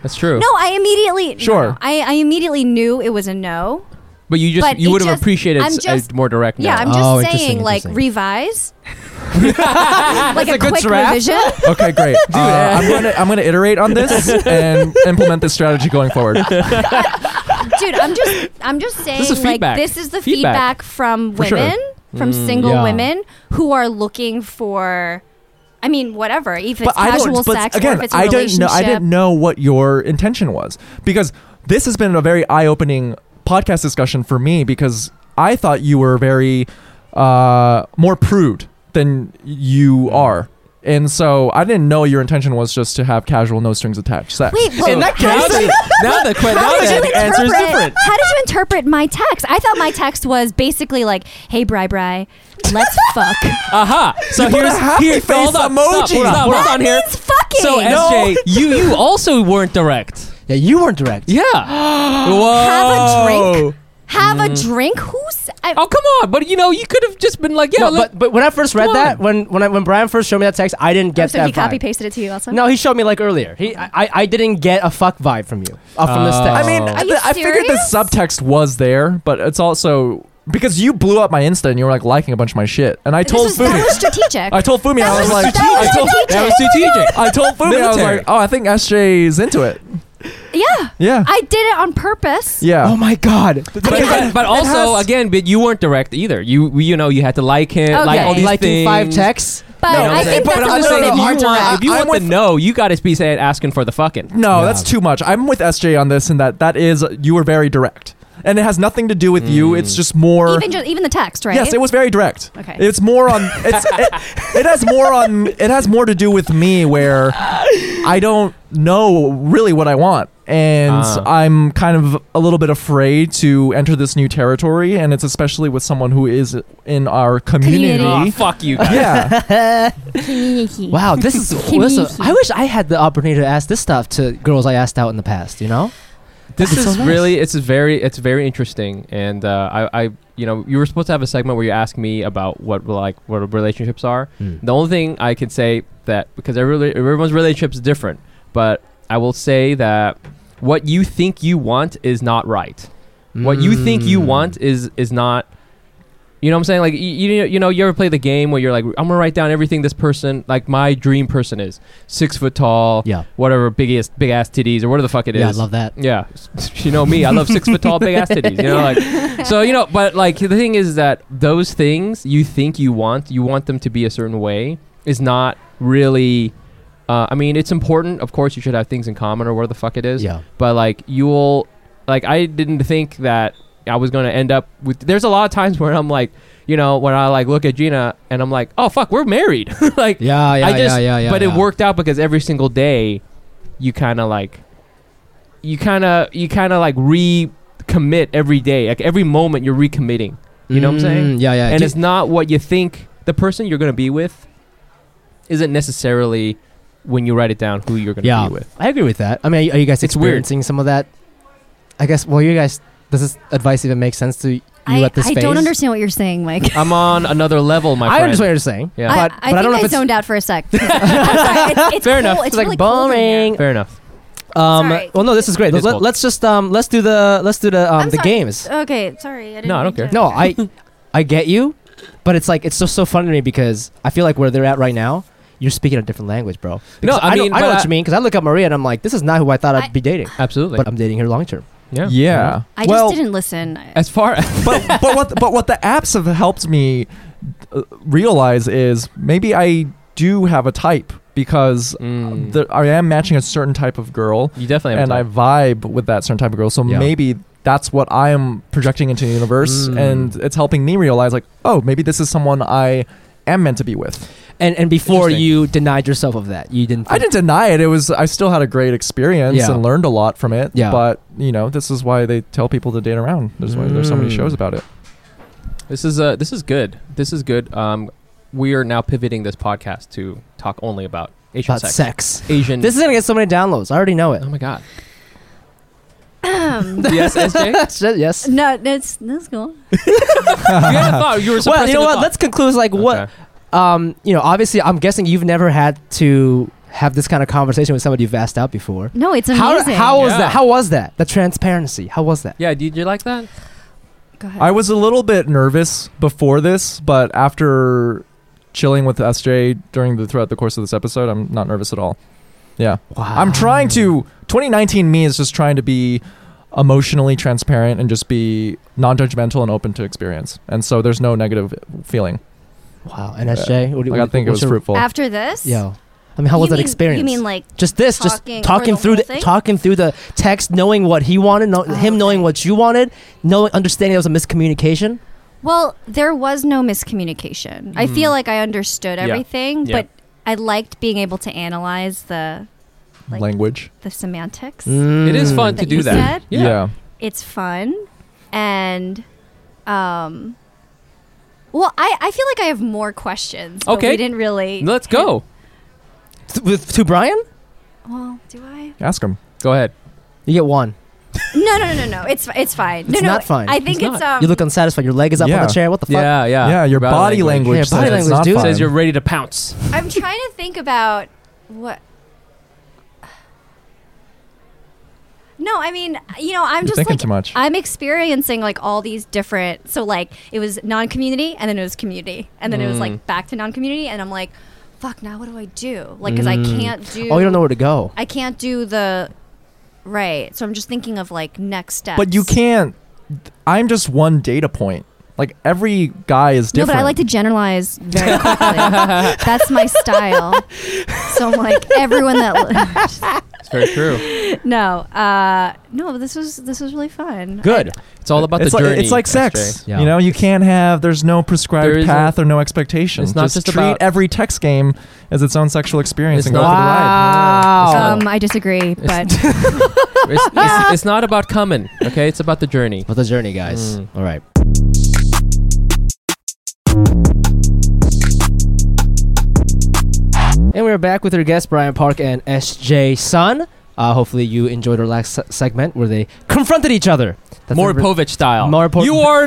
That's true.
No, I immediately no,
Sure.
no. I, I immediately knew it was a no.
But you just
But
you
it
would have
just-
appreciated
I'm
s-
just-
a more direct.
Yeah,
note.
I'm just
Oh,
saying
interesting,
like
interesting.
revise. like a,
good
quick
draft.
revision.
Okay, great. Uh, I'm gonna I'm gonna iterate on this and implement this strategy going forward.
Dude, I'm just I'm just saying
is
like
feedback.
this is the
Feedback.
feedback, from
For sure.
women, from single
Mm, yeah.
women who are looking for I mean, whatever, if it's
I
casual
don't, but
sex
again,
or if it's a
I didn't
relationship.
know. I didn't know what your intention was because this has been a very eye-opening podcast discussion for me because I thought you were very uh, more prude than you are, and so I didn't know your intention was just to have casual, no strings attached sex.
Wait, well,
In that case, now the, now the, que- now
how did
the
you
answer is
interpret?
different.
How did you interpret my text? I thought my text was basically like, "Hey, Bri Bri, let's fuck."
Aha! So
put a
here's
happy
here,
face
hold up,
emoji.
Stop, hold on, hold
that
on here.
means fucking.
So SJ, you you also weren't direct.
Yeah, you weren't direct.
Yeah. Whoa.
have a drink. Have
Mm.
a drink. Who's? I,
Oh come on! But you know you could have just been like, yeah,
No,
let-
but but when I first read
Come
that,
on.
when when I, when Brian first showed me that text, I didn't get
Oh, so
that
he
vibe.
copy pasted it to you also.
No, he showed me like earlier. He I, I, I didn't get a fuck vibe from you uh, from this text.
I mean,
Are
I,
you
I figured the
serious?
subtext was there, but it's also because you blew up my Insta and you were like liking a bunch of my shit, and I
this
told
was,
Fumi,
that was strategic.
I told Fumi,
that
I was
was
like,
strategic.
I told,
that was strategic.
I told Fumi, I was
Military.
like, oh, I think SJ's into it.
yeah,
Yeah.
I did it on purpose.
yeah.
oh my god.
But, but, but also,
has-
again, but you weren't direct either. You you know you had to like him, like
Okay.
all these
Liking
things.
five texts.
But
You know what
Oh, I
I'm saying?
think
But
that's
I'm
a
just
little
saying, if
bit
you
hard
want,
to
if you
I'm
want
with-
the no, you got to be saying asking for the fucking.
No,
Yeah.
that's too much. I'm with SJ on this, and that that is you were very direct, and it has nothing to do with you. It's just more.
even just, even the text, right?
Yes, it was very direct.
Okay.
It's more on. It's it, it has more on. It has more to do with me where I don't know really what I want, and
Ah.
I'm kind of a little bit afraid to enter this new territory, and it's especially with someone who is in our community.
Oh, fuck you guys.
Yeah,
Wow, this is. listen, I wish I had the opportunity to ask this stuff to girls I asked out in the past. You know.
This
That's
is
so nice.
really it's very it's very interesting, and uh, I I you know you were supposed to have a segment where you ask me about what like what relationships are.
Hmm.
The only thing I can say that because every, everyone's relationship is different, but I will say that what you think you want is not right. What you think you
Mm.
want is is not. You know what I'm saying? Like you, you you know you ever play the game where you're like I'm gonna write down everything this person like my dream person is six foot tall,
Yeah.
whatever biggest big ass titties or whatever the fuck it is.
yeah, I love that.
Yeah, you know me. I love six foot tall, big ass titties. You know, like so. You know, but like the thing is that those things you think you want, you want them to be a certain way, is not really. Uh, I mean, it's important. Of course, you should have things in common or where the fuck it is.
Yeah.
But like you'll, like I didn't think that I was gonna end up with. There's a lot of times where I'm like, you know, when I like look at Gina and I'm like, oh fuck, we're married. like
Yeah, yeah,
I just,
yeah, yeah, yeah.
But
yeah.
it worked out because every single day, you kind of like, you kind of, you kind of like recommit every day. Like every moment, you're recommitting. You know what I'm saying?
Mm, Yeah, yeah.
And
Do-
it's not what you think the person you're gonna be with, isn't necessarily when you write it down who you're gonna
yeah.
be with.
I agree with that. I mean, are, are you guys
It's weird.
experiencing some of that? I guess. Well, you guys, does this advice even make sense to you
I,
at this
I
phase?
don't understand what you're saying, Mike.
I'm on another level, my
I
friend.
understand what you're saying.
Yeah.
I,
but, but
I
I
think
don't know
I
if it's
zoned out for a sec. I'm sorry, it's, it's
Fair
cool.
enough.
It's,
It's like
really cold in here.
bombing.
Fair enough.
Um,
Sorry.
Well, no, this is great.
It is
Let,
cold.
us just um, let's do the let's do the um,
I'm
the
sorry.
games.
Okay, sorry. I didn't
No, I don't
mean
care.
to-
No, I I get you, but it's like it's so so fun to me because I feel like where they're at right now, you're speaking a different language, bro.
No,
Because
I
know-
mean,
I know
but
what
I-
you mean because I look at Maria and I'm like, this is not who I thought I'd
I-
be dating,
Absolutely.
but I'm dating her long term.
yeah.
yeah.
I just
well,
didn't listen.
As far as
but but what but what the apps have helped me uh, realize is maybe I do have a type because
Hmm.
Mm.
the, I am matching a certain type of girl
you definitely have
and
a
I
type.
vibe with that certain type of girl. So
Yeah.
maybe that's what I'm projecting into the universe,
Mm.
and it's helping me realize like, oh, maybe this is someone I am meant to be with.
And and before
Interesting.
you denied yourself of that, you didn't.
I
think-
didn't deny it. It was I still had a great experience
Yeah.
and learned a lot from it.
Yeah.
But you know, this is why they tell people to date around. There's why there's so many
Hmm.
Mm.
shows about it.
This is uh this is good. This is good. Um, we are now pivoting this podcast to talk only about Asian
about
sex.
sex.
Asian.
This is gonna get so many downloads. I already know it.
oh my god. yes, SJ. you
yes.
no, that's that's cool.
had a thought. You
Well,
were
you
suppressing
know
a
what?
thought.
Let's conclude. Like, what
Okay.
um, you know, obviously, I'm guessing you've never had to have this kind of conversation with somebody you've asked out before.
No, it's
How,
amazing.
how was
Yeah.
that? How was that? The transparency. How was that?
Yeah, did you like that?
Go ahead.
I was a little bit nervous before this, but after chilling with SJ during the throughout the course of this episode, I'm not nervous at all. Yeah.
Wow.
I'm trying to 2019 me is just trying to be emotionally transparent and just be non-judgmental and open to experience. And so there's no negative feeling.
Wow. And SJ, what do you
Like I think it
what's
was
your-
fruitful.
After this,
Yo, I mean, how
You
was that
mean-
experience?
You mean like
just this,
talking
just talking
or the
through
whole
the
thing?
talking through the text, knowing what he wanted, know,
Oh,
him knowing
okay.
what you wanted, knowing understanding there was a miscommunication.
Well, there was no miscommunication. I feel like I understood everything,
Yeah.
but I liked being able to analyze the like-
Language.
the semantics.
Mm.
It is fun
That
to do
you
that.
said?
Yeah.
It's fun and um well, I, I feel like I have more questions. but
Okay.
we didn't really.
Let's go.
Th- with to Brian.
Well, do I?
Ask him.
Go ahead.
You get one.
No, no, no, no, no. It's it's fine. no,
It's
no,
not fine.
I think
It's
it's, um.
You look unsatisfied. Your leg is up
Yeah.
on the chair. What the fuck?
Yeah, yeah.
yeah, your
Body
body language,
Yeah,
says
body
it's
language,
not
dude.
fine.
says you're ready to pounce.
I'm trying to think about what. No, I mean, you know, I'm
You're
just
thinking
like uh,
too much.
I'm experiencing like all these different. So like it was non-community, and then it was community, and then it was
Mm.
like back to non-community, and I'm like, fuck, now what do I do? Like, because I can't do.
Oh, you don't know where to go.
I can't do the. Right, so I'm just thinking of like next steps.
But you can't I'm just one data point. Like every guy is
No,
different.
but I like to generalize very quickly. That's my style. So I'm like everyone that.
It's very true.
No, uh, no. This was this was really fun.
Good.
It's all about
it's
the
like,
journey.
It's like sex.
SJ.
Yeah.
You know, you can't have. There's no prescribed
There isn't-
path or no expectation.
It's not just
treat
about-
every text game as its own sexual experience
It's
and go
not-
for the ride.
Wow.
Um, I disagree, but
It's, it's, it's not about coming. Okay, it's about the journey. Mm.
What the journey, guys. All right. And we're back with our guests, Brian Park and SJ Sun. Uh, hopefully, you enjoyed our last se- segment where they confronted each other. That's
More
the-
Povich style.
More Pov-
you are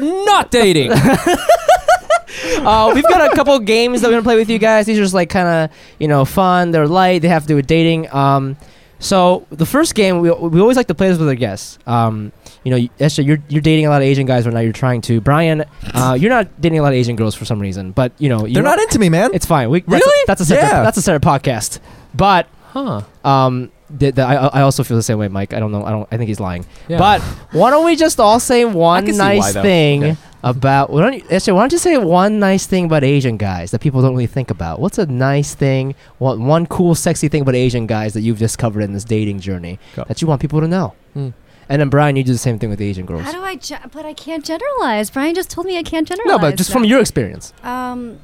not dating.
uh, we've got a couple games that we're gonna play with you guys. These are just like kind of you know fun. They're light. They have to do with dating. Um, so the first game we, we always like to play this with our guests. Um, you know, you- Esther, you're you're dating a lot of Asian guys right now. You're trying to Brian. Uh, you're not dating a lot of Asian girls for some reason, but you know you
They're not into me, man.
It's fine. We that's
Really?
A, that's a separate,
Yeah.
that's a separate podcast. But
huh?
um, the, the, I I also feel the same way, Mike. I don't know. I don't. I think he's lying.
Yeah.
But why don't we just all say one
can see
nice
why, though.
thing
Yeah.
about? Why don't you, actually, why don't you say one nice thing about Asian guys that people don't really think about? What's a nice thing? What one cool, sexy thing about Asian guys that you've discovered in this dating journey
Go.
that you want people to know?
Hmm.
And then Brian, you do the same thing with Asian girls.
how do I? Ge- but I can't generalize. Brian just told me I can't generalize.
No, but just from your experience.
Um,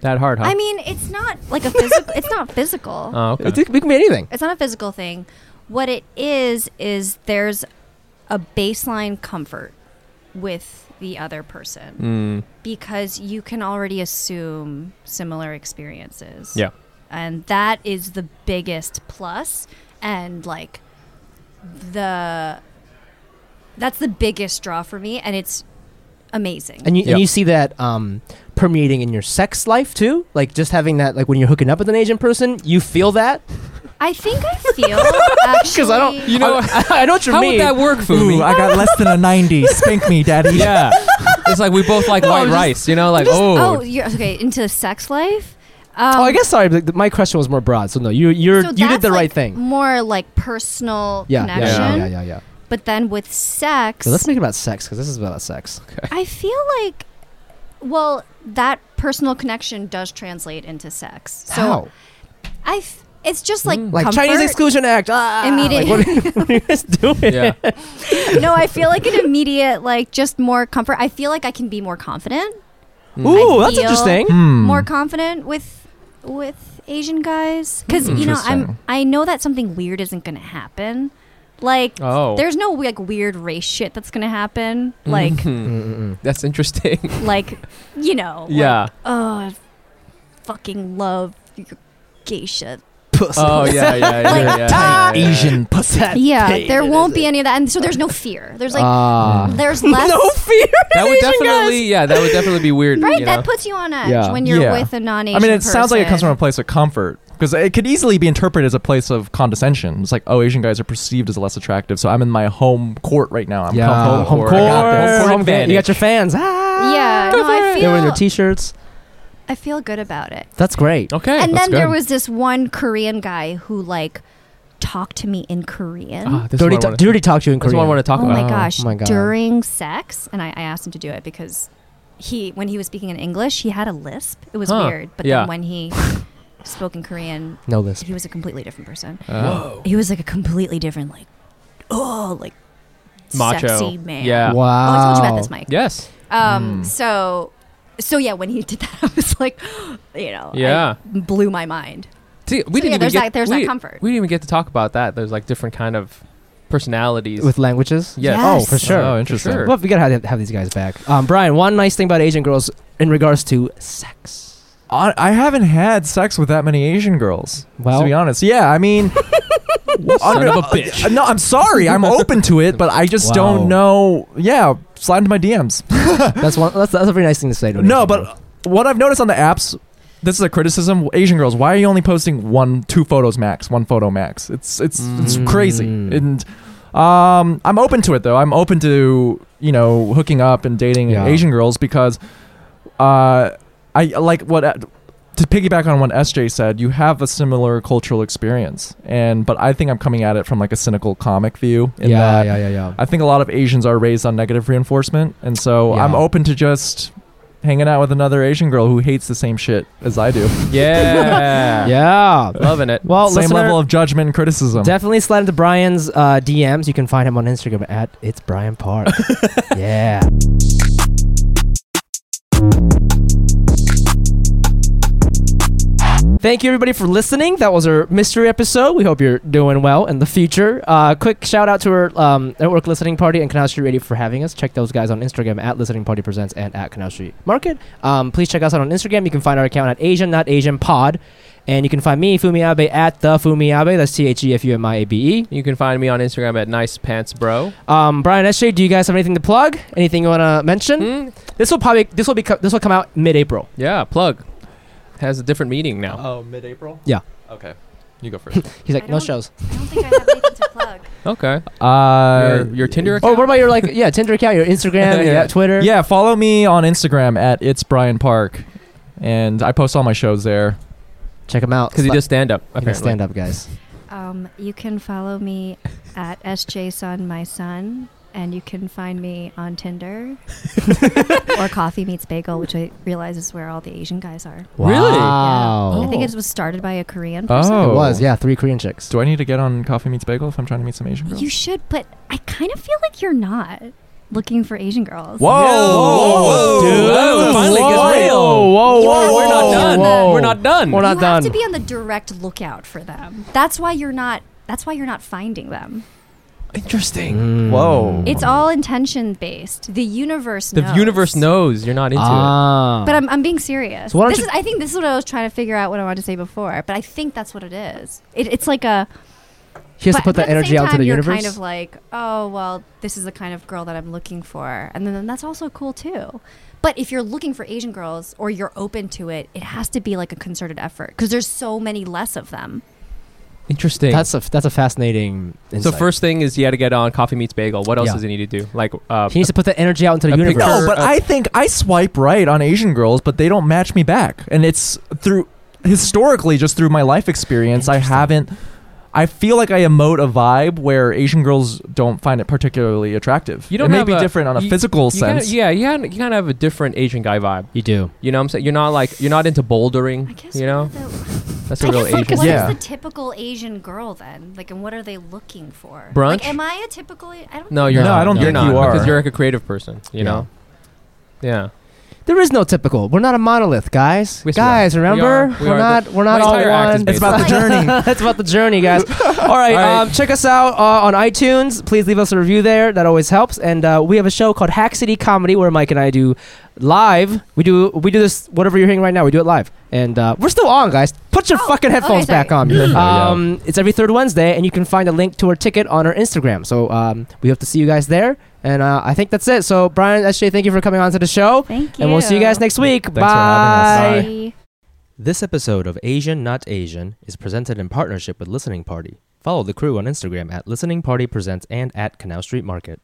That hard, huh?
I mean, it's not like a physical. it's not physical.
oh, okay.
It, it can be anything.
It's not a physical thing. What it is is there's a baseline comfort with the other person
Hmm.
Mm,
because you can already assume similar experiences.
yeah.
and that is the biggest plus and like the that's the biggest draw for me and it's amazing
And you,
Yep.
and you see that um, permeating in your sex life too. Like just having that, like when you're hooking up with an Asian person, you feel that.
i think i feel actually
Because I don't,
You know-
I, I know what you
How
mean.
would that work for
Ooh,
me?
I got less than a 90. Spank me, daddy.
yeah. It's like we both like white
I'm just-
rice. You know, like
Just-
oh,
oh you're okay into sex life um,
Oh, I guess sorry. But th- my question was more broad. So no, you you're
so
you did
that's,
the
like,
right thing.
more like personal
Yeah, yeah,
connection
yeah, yeah, yeah, yeah.
but then with sex
So let's make it about sex because this is about sex.
I feel like, well, that personal connection does translate into sex. So
How? Mm.
I, f- it's just like
Like
comfort.
Chinese Exclusion Act. Ah,
Immediate-
Like, what, are you, what are you guys doing?
yeah.
no, I feel like an immediate, like just more comfort. I feel like I can be more confident,
Ooh,
I
that's
feel-
interesting.
Hmm.
more confident with with Asian guys, because you know I'm
Interesting.
I know that something weird isn't gonna happen. Like,
Oh.
there's no like weird race shit that's gonna happen.
Mm-hmm.
Like,
That's interesting.
like, you know, like,
yeah.
oh, I fucking love your geisha
pussy.
Oh yeah, yeah, yeah, yeah, yeah, yeah, yeah.
Asian pussy.
Yeah, there won't be any of that, and so there's no fear. There's like
Uh,
Ah.
there's less
fear.
That would
Asian guys.
definitely, yeah, that would definitely be weird.
right
you
that
know?
puts you on edge
Yeah.
when you're
Yeah.
with a non-Asian.
I mean, it sounds like it comes
person.
from a place of comfort because it could easily be interpreted as a place of condescension. It's like, oh, Asian guys are perceived as less attractive, so I'm in my home court right now. I'm
Yeah.
com-
Uh, Home
Oh, home, court. I got
court.
this.
Home
Home fan. You got your fans. Ah.
Yeah, no, I
They were in their
feel-
t-shirts.
I feel good about it.
That's great.
Okay,
and
that's
then there
good.
was this one Korean guy who like talked to me in Korean.
Ah, this
Dirty,
one I
ta-
wanna-
dirty talk to you in
this
Korean.
one I want to talk
oh
about.
my gosh!
Oh my God.
During sex, and I, I asked him to do it because he, when he was speaking in English, he had a lisp. It was
Huh.
weird, but
Yeah.
then when he spoke in Korean,
No list.
he was a completely different person.
Oh,
Whoa.
He was like a completely different, like oh, like
Macho.
sexy man.
Yeah. Hmm.
Oh,
Wow.
I told you about this, Mike.
Yes.
Um. So, so yeah, when he did that, I was like, you know, I-
Yeah.
blew my mind.
See, we
So, yeah,
didn't even
there's
get
that- there's
we,
that comfort.
We didn't even get to talk about that. There's like different kind of personalities.
With languages?
Yes.
Oh, for
Yes.
sure.
Oh, interesting.
sure.
Well, we gotta have, have these guys back. Um, Brian, one nice thing about Asian girls in regards to sex.
I, I haven't had sex with that many Asian girls.
Well-
to be honest, yeah. I mean,
Oh, Son of a bitch.
no, I'm sorry. I'm open to it, but I just
Wow.
don't know. Yeah, slide into my DMs.
That's one. That's, that's a very nice thing to say. To an
No,
Asian
but
girl.
what I've noticed on the apps, this is a criticism. Asian girls, why are you only posting one, two photos max, one photo max? It's it's it's crazy.
Mm.
And um, I'm open to it though. I'm open to you know hooking up and dating
Yeah.
Asian girls because uh, I like what. uh, to piggyback on what SJ said, you have a similar cultural experience, and but I think I'm coming at it from like a cynical comic view. In
yeah,
that
yeah, yeah, yeah.
I think a lot of Asians are raised on negative reinforcement, and so
Yeah.
I'm open to just hanging out with another Asian girl who hates the same shit as I do.
yeah.
yeah.
Loving it.
Well,
same
listener,
uh,
level of judgment and criticism.
Definitely slide into Brian's uh, DMs. You can find him on Instagram at it's Brian Park. yeah. Thank you everybody for listening. That was our mystery episode. We hope you're doing well in the future. Uh, quick shout out to our um, network listening party and Canal Street Radio for having us. Check those guys on Instagram at Listening Party Presents and at Canal Street Market. Um, please check us out on Instagram. You can find our account at Asian Not Asian Pod. And you can find me, Fumiabe, at the Fumiabe. That's T H E F U M I A B E.
You can find me on Instagram at nice pants bro.
Um, Brian SJ, do you guys have anything to plug? Anything you want to mention?
Hmm?
This will probably this will be co- this will come out mid-April.
Yeah, plug has a different meaning now.
Oh, mid-April.
Yeah.
Okay, you go first.
He's
I
like, no
don't-
shows.
I don't think I have anything to plug.
Okay.
Uh,
your, your Tinder account.
Oh, what about your like yeah Tinder account, your Instagram, your
Yeah.
Twitter?
yeah, follow me on Instagram at it's Brian Park, and I post all my shows there.
check him out
Because you just stand up.
You can
Apparently.
stand up, guys.
Um, you can follow me at sjson my son, and you can find me on Tinder or Coffee Meets Bagel, which I realize is where all the Asian guys are.
Really?
Wow.
I think it was started by a Korean person.
Oh,
It was yeah, three Korean chicks.
Do I need to get on Coffee Meets Bagel if I'm trying to meet some Asian girls?
You should, but I kind of feel like you're not looking for Asian girls.
Whoa,
Whoa,
dude.
whoa, finally gets real.
whoa,
whoa,
We're not done.
Whoa.
We're not done.
We're not
you
done.
have to be on the direct lookout for them. That's why you're not. That's why you're not finding them.
Interesting.
Mm.
Whoa.
It's all intention based. The universe.
The
knows.
universe knows you're not into
ah.
But I'm, I'm being serious.
So why don't
this
you-
is, I think this is what I was trying to figure out what I wanted to say before, but I think that's what it is. It, it's like a.
he has to
but-
put
but
that
at the
energy
same
out to
time,
the
you're
universe.
kind of like, oh well, this is the kind of girl that I'm looking for, and then, then that's also cool too. But if you're looking for Asian girls or you're open to it, it has to be like a concerted effort because there's so many less of them.
it. Interesting.
that's a that's a fascinating.
so
Insight.
first thing is you had to get on Coffee Meets Bagel. What else
Yeah.
does he need to do? Like uh,
he needs to put that energy out into the
a
universe.
picture
No, but
Uh,
I think I swipe right on Asian girls, but they don't match me back. And it's through historically just through my life experience, I haven't I feel like I emote a vibe where Asian girls don't find it particularly attractive.
You don't
it may
have
be
a-
different on a
you-
physical
you kinda-
sense.
yeah, you kind of, you kind of have a different Asian guy vibe.
You do.
You know what I'm saying? You're not like you're not into
I
bouldering.
guess
You know,
what are the-
that's
I
a real
guess, like,
Asian.
what is
Yeah.
the typical Asian girl then? Like, and what are they looking for?
Brunch?
Like, am I a typical? I don't.
No,
think
you're
No,
not.
I don't
you're
think
not,
you are.
because you're like a creative person. You
Yeah.
know. Yeah.
There is no typical. We're not a monolith, guys.
Yes, we
guys,
are. We
remember?
are. We
are
are.
not.
The-
we're not
my
all
entire act is
one.
based
about the journey.
That's about the journey, guys. All right,
right.
Um, check us out uh, on iTunes. Please leave us a review there. That always helps. And uh, we have a show called Hack City Comedy where Mike and I do live. We do we do this whatever you're hearing right now. We do it live, and uh, we're still on, guys. Put your
Oh,
fucking headphones
okay,
back on. um, it's every third Wednesday, and you can find a link to our ticket on our Instagram. So um, we hope to see you guys there. And uh, I think that's it. So Brian, SJ, thank you for coming on to the show.
Thank you.
And we'll see you guys next week.
for having
Bye.
us.
Bye.
This episode of Asian Not Asian is presented in partnership with Listening Party. Follow the crew on Instagram at Listening Party Presents and at Canal Street Market.